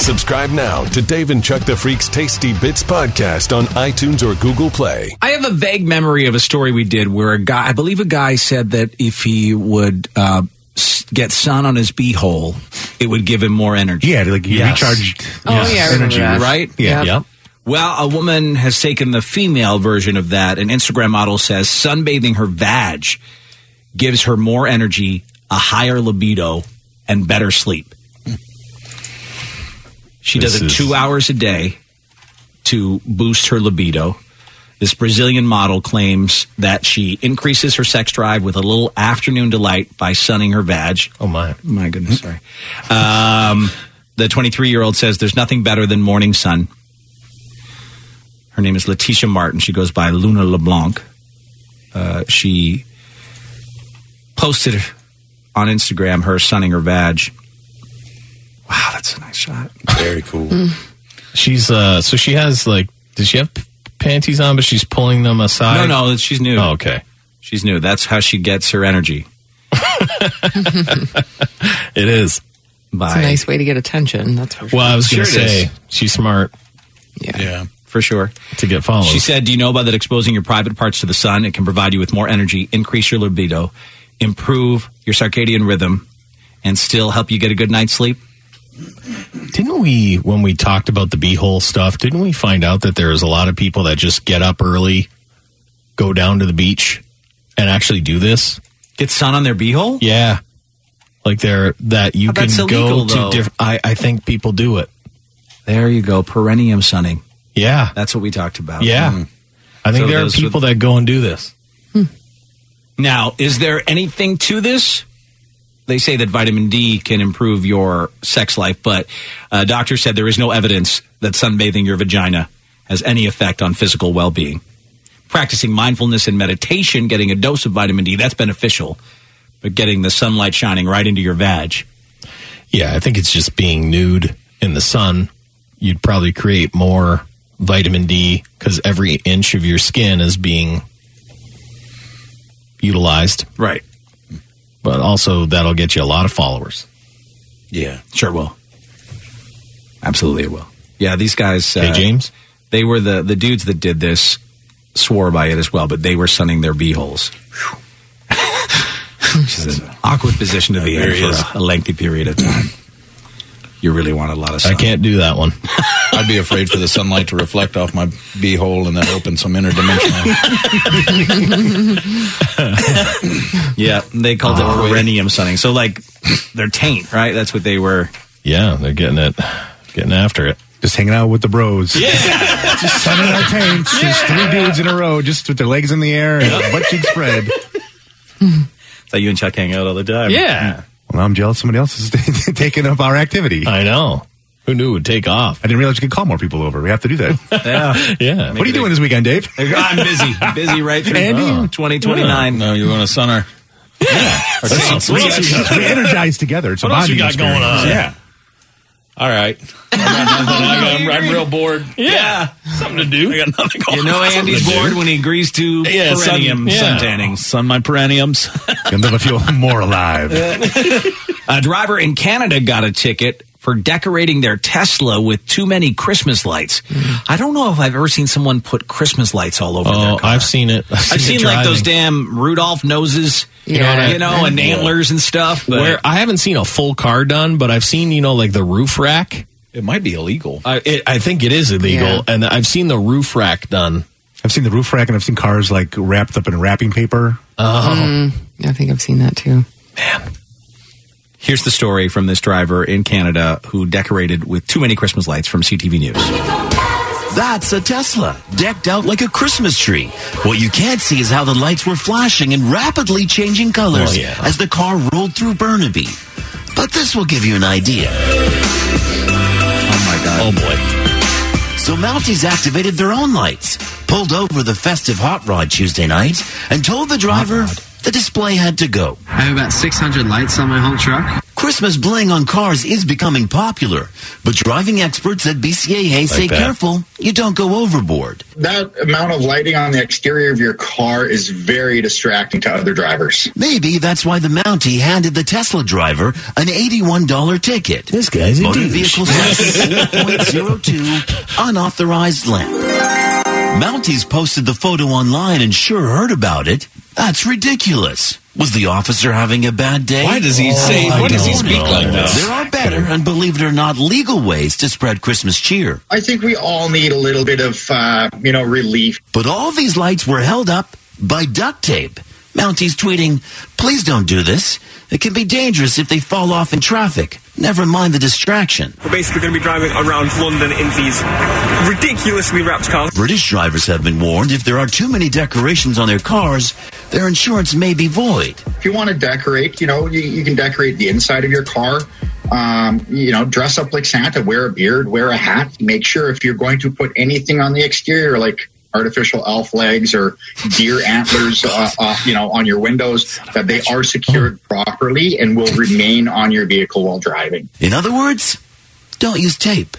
[SPEAKER 1] Subscribe now to Dave and Chuck the Freak's Tasty Bits podcast on iTunes or Google Play.
[SPEAKER 2] I have a vague memory of a story we did where a guy, I believe a guy said that if he would uh, s- get sun on his beehole, it would give him more energy. Yeah, like
[SPEAKER 5] you recharged
[SPEAKER 6] Oh, yeah, yeah, I remember energy. that.
[SPEAKER 2] Right?
[SPEAKER 6] Yeah. Yep.
[SPEAKER 2] Well, a woman has taken the female version of that. An Instagram model says sunbathing her vag gives her more energy, a higher libido, and better sleep. She does
[SPEAKER 11] This
[SPEAKER 2] it
[SPEAKER 11] is-
[SPEAKER 2] two hours a day to boost her libido. This Brazilian model claims that she increases her sex drive with a little afternoon delight by sunning her vag. Oh my! My goodness, sorry. Um, the 23-year-old says there's nothing better than morning sun. Her name is Letitia Martin. She goes by Luna LeBlanc. Uh, she posted on Instagram her sunning her vag. Wow, that's a nice shot.
[SPEAKER 9] Very cool.
[SPEAKER 4] Mm. She's uh so she has like does she have p- panties on but she's pulling them aside?
[SPEAKER 2] No, no, she's new.
[SPEAKER 4] Oh, okay.
[SPEAKER 2] She's new. That's how she gets her energy.
[SPEAKER 4] it is.
[SPEAKER 6] It's a nice way to get attention. That's for sure.
[SPEAKER 4] Well, I was going to
[SPEAKER 2] Sure it
[SPEAKER 4] say
[SPEAKER 2] is.
[SPEAKER 4] she's smart.
[SPEAKER 6] Yeah.
[SPEAKER 2] For sure.
[SPEAKER 4] To get followers.
[SPEAKER 2] She said, "Do you know by that exposing your private parts to the sun, it can provide you with more energy, increase your libido, improve your circadian rhythm, and still help you get a good night's sleep?"
[SPEAKER 4] Didn't we, when we talked about the beehole stuff, didn't we find out that there's a lot of people that just get up early, go down to the beach, and actually do this?
[SPEAKER 2] Get sun on their beehole?
[SPEAKER 4] Yeah. Like they're, that you
[SPEAKER 2] Oh,
[SPEAKER 4] can
[SPEAKER 2] that's illegal,
[SPEAKER 4] go
[SPEAKER 2] though.
[SPEAKER 4] to different, I, I think people do it.
[SPEAKER 2] There you go. Perennium sunning.
[SPEAKER 4] Yeah.
[SPEAKER 2] That's what we talked about.
[SPEAKER 4] Yeah.
[SPEAKER 2] Mm.
[SPEAKER 4] I think
[SPEAKER 2] So
[SPEAKER 4] there are
[SPEAKER 2] those would-
[SPEAKER 4] people that go and do this.
[SPEAKER 2] Now, is there anything to this? They say that vitamin D can improve your sex life, but a doctor said there is no evidence that sunbathing your vagina has any effect on physical well being. Practicing mindfulness and meditation, getting a dose of vitamin D, that's beneficial, but getting the sunlight shining right into your vag.
[SPEAKER 4] Yeah. I think it's just being nude in the sun. You'd probably create more vitamin D because every inch of your skin is being utilized.
[SPEAKER 2] Right.
[SPEAKER 4] But also, that'll get you a lot of followers.
[SPEAKER 9] Yeah.
[SPEAKER 2] Sure will. Absolutely it will. Yeah, these guys. uh,
[SPEAKER 4] Hey, James?
[SPEAKER 2] They were the, the dudes that did this, swore by it as well, but they were sunning their beeholes. Which is an awkward position to be in
[SPEAKER 4] There he
[SPEAKER 2] for
[SPEAKER 4] is.
[SPEAKER 2] a, a lengthy period of time. You really want a lot of
[SPEAKER 9] I
[SPEAKER 2] sun.
[SPEAKER 4] can't do that one.
[SPEAKER 9] I'd be afraid for the sunlight to reflect off my beehole and then open some interdimensional.
[SPEAKER 2] Ah. Yeah, they called it perennium sunning. So, like, their taint, right? That's what they were Yeah, they're getting it, getting after it.
[SPEAKER 5] Just hanging out with the bros. just sunning our tanks. There's three dudes in a row, just with their legs in the air and butt cheeks spread.
[SPEAKER 2] So you and Chuck hang out all the time.
[SPEAKER 5] Yeah. Well, now I'm jealous. Somebody else is taking up our activity.
[SPEAKER 2] I know. Who knew it would take off?
[SPEAKER 5] I didn't realize you could call more people over. We have to do that.
[SPEAKER 2] Yeah. yeah.
[SPEAKER 5] what are you doing this weekend, Dave?
[SPEAKER 2] I'm busy. Busy right
[SPEAKER 5] through- Andy? Oh.
[SPEAKER 2] 2029.
[SPEAKER 16] No, you're going to Sunner.
[SPEAKER 2] Yeah.
[SPEAKER 5] Let's- let's- we energize together. It's a
[SPEAKER 16] What else
[SPEAKER 5] bonding
[SPEAKER 16] you got going
[SPEAKER 5] experience.
[SPEAKER 16] on? Yeah. All right. I'm, I'm real bored.
[SPEAKER 2] Yeah. Something to do.
[SPEAKER 16] I got nothing going
[SPEAKER 2] You know
[SPEAKER 16] on.
[SPEAKER 2] Andy's
[SPEAKER 16] Something to
[SPEAKER 2] bored
[SPEAKER 16] do.
[SPEAKER 2] when he agrees to
[SPEAKER 16] Yeah, sun-
[SPEAKER 2] perennium
[SPEAKER 16] yeah.
[SPEAKER 2] suntanning. Sun my perenniums.
[SPEAKER 5] You'll never feel more alive.
[SPEAKER 2] a driver in Canada got a ticket for decorating their Tesla with too many Christmas lights. I don't know if I've ever seen someone put Christmas lights all over their
[SPEAKER 4] Oh,
[SPEAKER 2] car.
[SPEAKER 4] I've seen it.
[SPEAKER 2] I've seen
[SPEAKER 4] it
[SPEAKER 2] like
[SPEAKER 4] driving.
[SPEAKER 2] those damn Rudolph noses,
[SPEAKER 4] You know what I-
[SPEAKER 2] you know, and
[SPEAKER 4] Yeah.
[SPEAKER 2] antlers and stuff. But
[SPEAKER 4] Where I haven't seen a full car done, but I've seen you know like the roof rack.
[SPEAKER 16] It might be illegal.
[SPEAKER 4] I it, I think it is illegal,
[SPEAKER 5] Yeah.
[SPEAKER 4] and I've seen the roof rack done.
[SPEAKER 5] I've seen the roof rack and I've seen cars like wrapped up in wrapping paper.
[SPEAKER 6] Mm, I think I've seen that too.
[SPEAKER 2] Here's the story from this driver in Canada who decorated with too many Christmas lights from CTV News.
[SPEAKER 12] That's a Tesla, decked out like a Christmas tree. What you can't see is how the lights were flashing and rapidly changing colors
[SPEAKER 2] Oh, yeah.
[SPEAKER 12] as the car rolled through Burnaby. But this will give you an idea.
[SPEAKER 2] Oh my god. Oh
[SPEAKER 12] boy. So Mounties activated their own lights, pulled over the festive hot rod Tuesday night, and told the driver the display had to go. I have about 600 lights on my whole truck. Christmas bling on cars is becoming popular, but driving experts at BCAA say
[SPEAKER 17] that.
[SPEAKER 12] careful you don't go overboard.
[SPEAKER 17] That amount of lighting on the exterior of your car is very distracting to other drivers.
[SPEAKER 12] Maybe that's why the Mountie handed the Tesla driver an $81 ticket. This guy's
[SPEAKER 17] a
[SPEAKER 12] Motor
[SPEAKER 17] douche.
[SPEAKER 12] Vehicle License 4.02 unauthorized lamp. Mounties posted the photo online and sure heard about it. That's ridiculous. Was the officer having a bad day? Oh,
[SPEAKER 16] Why does he say-
[SPEAKER 12] I
[SPEAKER 16] why does he
[SPEAKER 12] don't
[SPEAKER 16] speak
[SPEAKER 12] know.
[SPEAKER 16] like that?
[SPEAKER 12] There are better and believe it or not legal ways to spread Christmas cheer.
[SPEAKER 17] I think we all need a little bit of, uh, you know, relief.
[SPEAKER 12] But all these lights were held up by duct tape. Mounties tweeting, please don't do this. It can be dangerous if they fall off in traffic. Never mind the distraction.
[SPEAKER 18] We're basically going to be driving around London in these ridiculously wrapped cars.
[SPEAKER 12] British drivers have been warned if there are too many decorations on their cars, their insurance may be void.
[SPEAKER 17] If you want to decorate, you know, you, you can decorate the inside of your car. Um, you know, dress up like Santa, wear a beard, wear a hat. Make sure if you're going to put anything on the exterior, like artificial elf legs or deer antlers, uh, uh, you know, on your windows, that they are secured properly and will remain on your vehicle while driving.
[SPEAKER 12] In other words, don't use tape.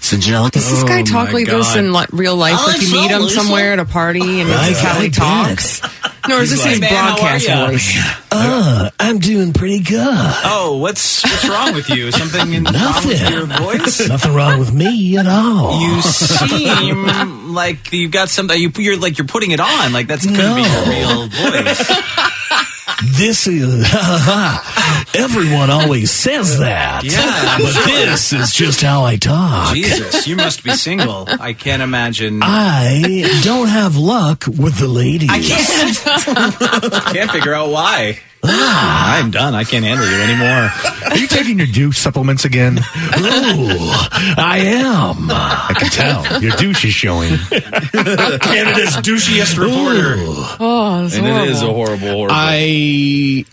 [SPEAKER 12] St. Angelica.
[SPEAKER 6] Does this guy
[SPEAKER 4] Oh
[SPEAKER 6] talk like this in li- real life?
[SPEAKER 12] I
[SPEAKER 6] like you meet
[SPEAKER 12] saw
[SPEAKER 6] him
[SPEAKER 12] Lisa.
[SPEAKER 6] somewhere at a party and
[SPEAKER 12] I
[SPEAKER 6] this is how he
[SPEAKER 12] like
[SPEAKER 6] talks? No,
[SPEAKER 12] He's
[SPEAKER 6] is this his
[SPEAKER 12] like, "Man, how are
[SPEAKER 6] broadcast
[SPEAKER 12] ya?"
[SPEAKER 6] voice?
[SPEAKER 12] Uh, I'm doing pretty good.
[SPEAKER 2] Oh, what's what's wrong with you? Something in wrong with your voice?
[SPEAKER 12] Nothing wrong with me at all.
[SPEAKER 2] You seem like you've got something. You, you're like you're putting it on. Like that's gonna be your real voice.
[SPEAKER 4] This is everyone always says that.
[SPEAKER 2] Yeah.
[SPEAKER 4] but this is just how I talk.
[SPEAKER 2] Jesus, you must be single. I can't imagine.
[SPEAKER 4] I don't have luck with the ladies.
[SPEAKER 2] I can't. can't figure out why. Ah, I'm done. I can't handle you anymore.
[SPEAKER 5] Are you taking your douche supplements again? Ooh, I am. I can tell. Your douche is showing.
[SPEAKER 16] Canada's douchiest reporter.
[SPEAKER 6] Oh,
[SPEAKER 16] and it is a horrible, horrible.
[SPEAKER 4] I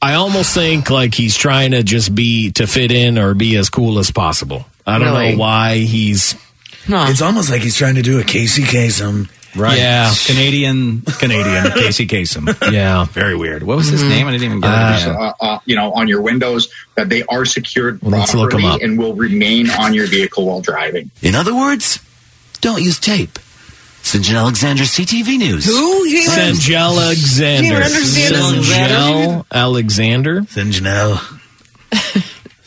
[SPEAKER 4] I almost think like he's trying to just be to fit in or be as cool as possible. I don't
[SPEAKER 19] Really?
[SPEAKER 4] know why he's
[SPEAKER 19] It's almost like he's trying to do a Casey Kasem.
[SPEAKER 2] Right.
[SPEAKER 4] Yeah.
[SPEAKER 2] Canadian, Canadian, Casey Kasem.
[SPEAKER 4] Yeah.
[SPEAKER 2] Very weird. What was his
[SPEAKER 17] Mhm.
[SPEAKER 2] name? I didn't even get it.
[SPEAKER 17] uh, uh, you know, on your windows that they are secured
[SPEAKER 2] let's look 'em
[SPEAKER 17] properly
[SPEAKER 2] up.
[SPEAKER 17] and will remain on your vehicle while driving.
[SPEAKER 12] In other words, don't use tape. St. John Alexander, CTV News.
[SPEAKER 6] Who? He
[SPEAKER 4] Sangel Alexander. Sangel Alexander.
[SPEAKER 19] Sangel.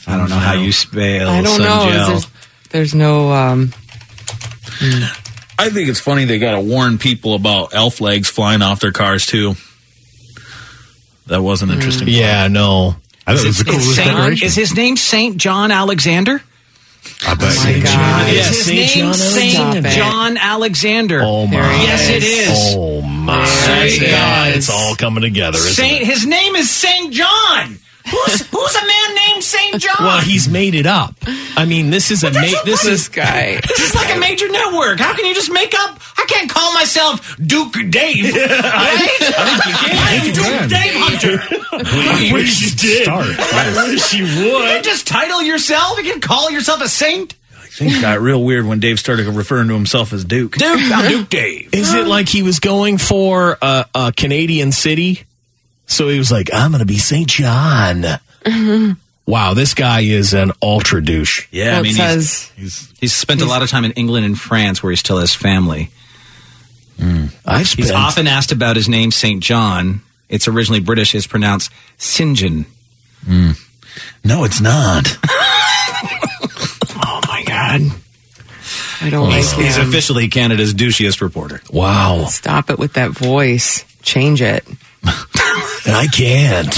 [SPEAKER 2] I don't know how you spell.
[SPEAKER 6] I don't know. Is
[SPEAKER 2] Sangel.
[SPEAKER 6] There's, there's no. Um,
[SPEAKER 16] I think it's funny they got to warn people about elf legs flying off their cars too. That was an interesting.
[SPEAKER 4] Yeah, no.
[SPEAKER 16] I
[SPEAKER 2] Is it- it's Saint- Is his name Saint John Alexander? Oh
[SPEAKER 5] I bet
[SPEAKER 2] my
[SPEAKER 4] God.
[SPEAKER 2] Is
[SPEAKER 4] Yeah,
[SPEAKER 2] his
[SPEAKER 4] Saint
[SPEAKER 2] name
[SPEAKER 4] John
[SPEAKER 2] Saint
[SPEAKER 4] Alexander.
[SPEAKER 2] John Alexander? Oh
[SPEAKER 4] my.
[SPEAKER 2] Yes, it is.
[SPEAKER 4] Oh my
[SPEAKER 2] Saint
[SPEAKER 4] God,
[SPEAKER 2] John.
[SPEAKER 4] it's all coming together. Isn't
[SPEAKER 2] Saint.
[SPEAKER 4] it?
[SPEAKER 2] His name is Saint John. Who's who's a man named Saint
[SPEAKER 6] St. John.
[SPEAKER 4] Well, he's made it up. I mean, this is a ma-
[SPEAKER 5] What's up
[SPEAKER 4] this
[SPEAKER 5] with
[SPEAKER 4] is
[SPEAKER 5] this guy?
[SPEAKER 4] this is like a major network. How can you just make up? I can't call myself Duke Dave, right? I am Duke Dave Hunter.
[SPEAKER 5] I wish you did. I wish you
[SPEAKER 4] You
[SPEAKER 5] would.
[SPEAKER 4] can just title yourself. You can call yourself a saint.
[SPEAKER 20] Things got real weird when Dave started referring to himself as Duke.
[SPEAKER 4] Duke, I'm Duke
[SPEAKER 20] Dave.
[SPEAKER 4] Is it like he was going for a, a Canadian city? So he was like, I'm going to be St. John.
[SPEAKER 6] hmm.
[SPEAKER 4] Wow, this guy is an ultra douche.
[SPEAKER 2] Yeah,
[SPEAKER 4] Well, I it mean, he's-
[SPEAKER 2] he's, he's, spent a lot of time in England and France where he still has family.
[SPEAKER 4] I've
[SPEAKER 2] He's
[SPEAKER 4] spent-
[SPEAKER 2] often asked about his name, St. John. It's originally British, it's pronounced Sinjin.
[SPEAKER 12] Hmm.
[SPEAKER 21] No, it's not.
[SPEAKER 2] oh my God.
[SPEAKER 6] I don't
[SPEAKER 2] he's,
[SPEAKER 6] like
[SPEAKER 2] he's
[SPEAKER 6] him.
[SPEAKER 2] officially Canada's douchiest reporter.
[SPEAKER 4] Wow.
[SPEAKER 6] Stop it with that voice. Change it.
[SPEAKER 4] I can't.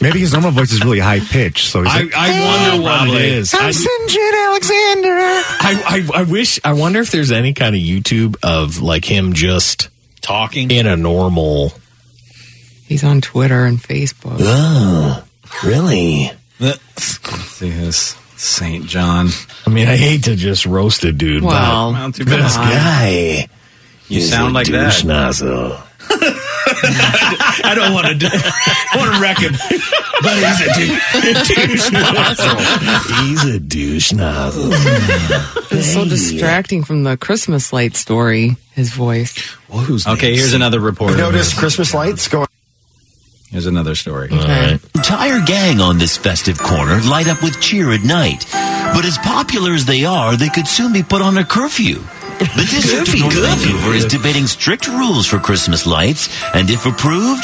[SPEAKER 22] Maybe his normal voice is really high pitched. So he's like,
[SPEAKER 4] wonder what it is. I-
[SPEAKER 5] John Alexander.
[SPEAKER 4] I, I I wish I wonder if there's any kind of YouTube of like him just talking in a normal.
[SPEAKER 6] He's on Twitter and Facebook.
[SPEAKER 4] Oh, really?
[SPEAKER 2] See his St. John.
[SPEAKER 4] I mean, I hate to just roast a dude.
[SPEAKER 2] Well,
[SPEAKER 4] but
[SPEAKER 2] too
[SPEAKER 4] this
[SPEAKER 2] bad.
[SPEAKER 4] guy.
[SPEAKER 2] You
[SPEAKER 4] is
[SPEAKER 2] sound
[SPEAKER 4] a
[SPEAKER 2] like that.
[SPEAKER 4] douche nozzle.
[SPEAKER 5] I don't want to do, want to wreck him, but he's a dude. Douche nozzle.
[SPEAKER 4] He's a douche nozzle.
[SPEAKER 6] It's so distracting from the Christmas light story, his voice.
[SPEAKER 2] Well, who's okay, here's another reporter.
[SPEAKER 6] Notice
[SPEAKER 2] Christmas lights going. Here's another story.
[SPEAKER 12] Entire gang on this festive corner light up with cheer at night. But as popular as they are, they could soon be put on a curfew. The district of North Vancouver is debating strict rules for Christmas lights, and if approved,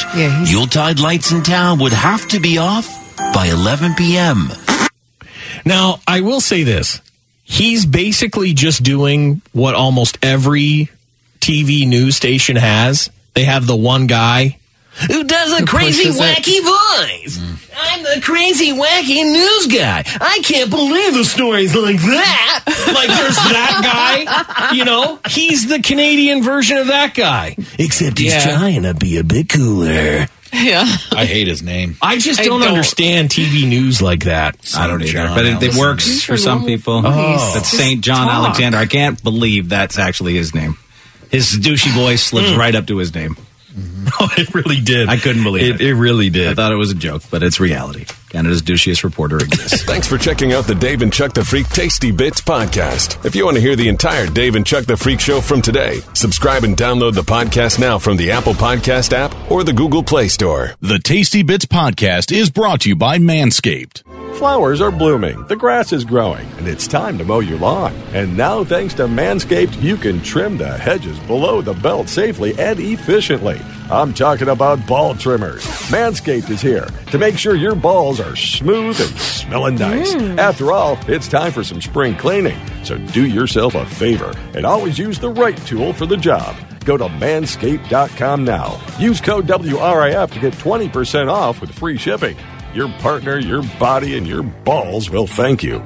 [SPEAKER 12] Yuletide lights in town would have to be off by 11 p.m.
[SPEAKER 4] Now, I will say this. He's basically just doing what almost every TV news station has. They have the one guy who does a crazy
[SPEAKER 5] pushes it.
[SPEAKER 4] wacky voice. I'm the crazy wacky news guy. I can't believe the stories like that. like there's that guy, you know? He's the Canadian version of that guy. Except
[SPEAKER 5] he's
[SPEAKER 4] trying to be a bit cooler.
[SPEAKER 6] Yeah.
[SPEAKER 20] I hate his name.
[SPEAKER 4] I just
[SPEAKER 20] I
[SPEAKER 4] don't,
[SPEAKER 20] don't-
[SPEAKER 4] understand TV news like that.
[SPEAKER 2] I don't either, but it, it works for some people.
[SPEAKER 4] Oh.
[SPEAKER 2] That's
[SPEAKER 4] Just
[SPEAKER 2] St. John
[SPEAKER 4] talk.
[SPEAKER 2] Alexander. I can't believe that's actually his name. His douchey voice slips
[SPEAKER 4] Hmm.
[SPEAKER 2] right up to his name.
[SPEAKER 4] Oh, it really did.
[SPEAKER 2] I couldn't believe it.
[SPEAKER 4] It really did.
[SPEAKER 2] I thought it was a joke, but it's reality. Canada's douchiest reporter exists.
[SPEAKER 1] Thanks for checking out the Dave and Chuck the Freak Tasty Bits podcast. If you want to hear the entire Dave and Chuck the Freak show from today, subscribe and download the podcast now from the Apple Podcast app or the Google Play Store.
[SPEAKER 23] The Tasty Bits podcast is brought to you by Manscaped.
[SPEAKER 24] Flowers are blooming, the grass is growing, and it's time to mow your lawn. And now, thanks to Manscaped, you can trim the hedges below the belt safely and efficiently. I'm talking about ball trimmers. Manscaped is here to make sure your balls are smooth and smelling nice. After all, it's time for some spring cleaning, so do yourself a favor and always use the right tool for the job. Go to manscaped.com now. Use code WRIF to get 20% off with free shipping. Your partner, your body, and your balls will thank you.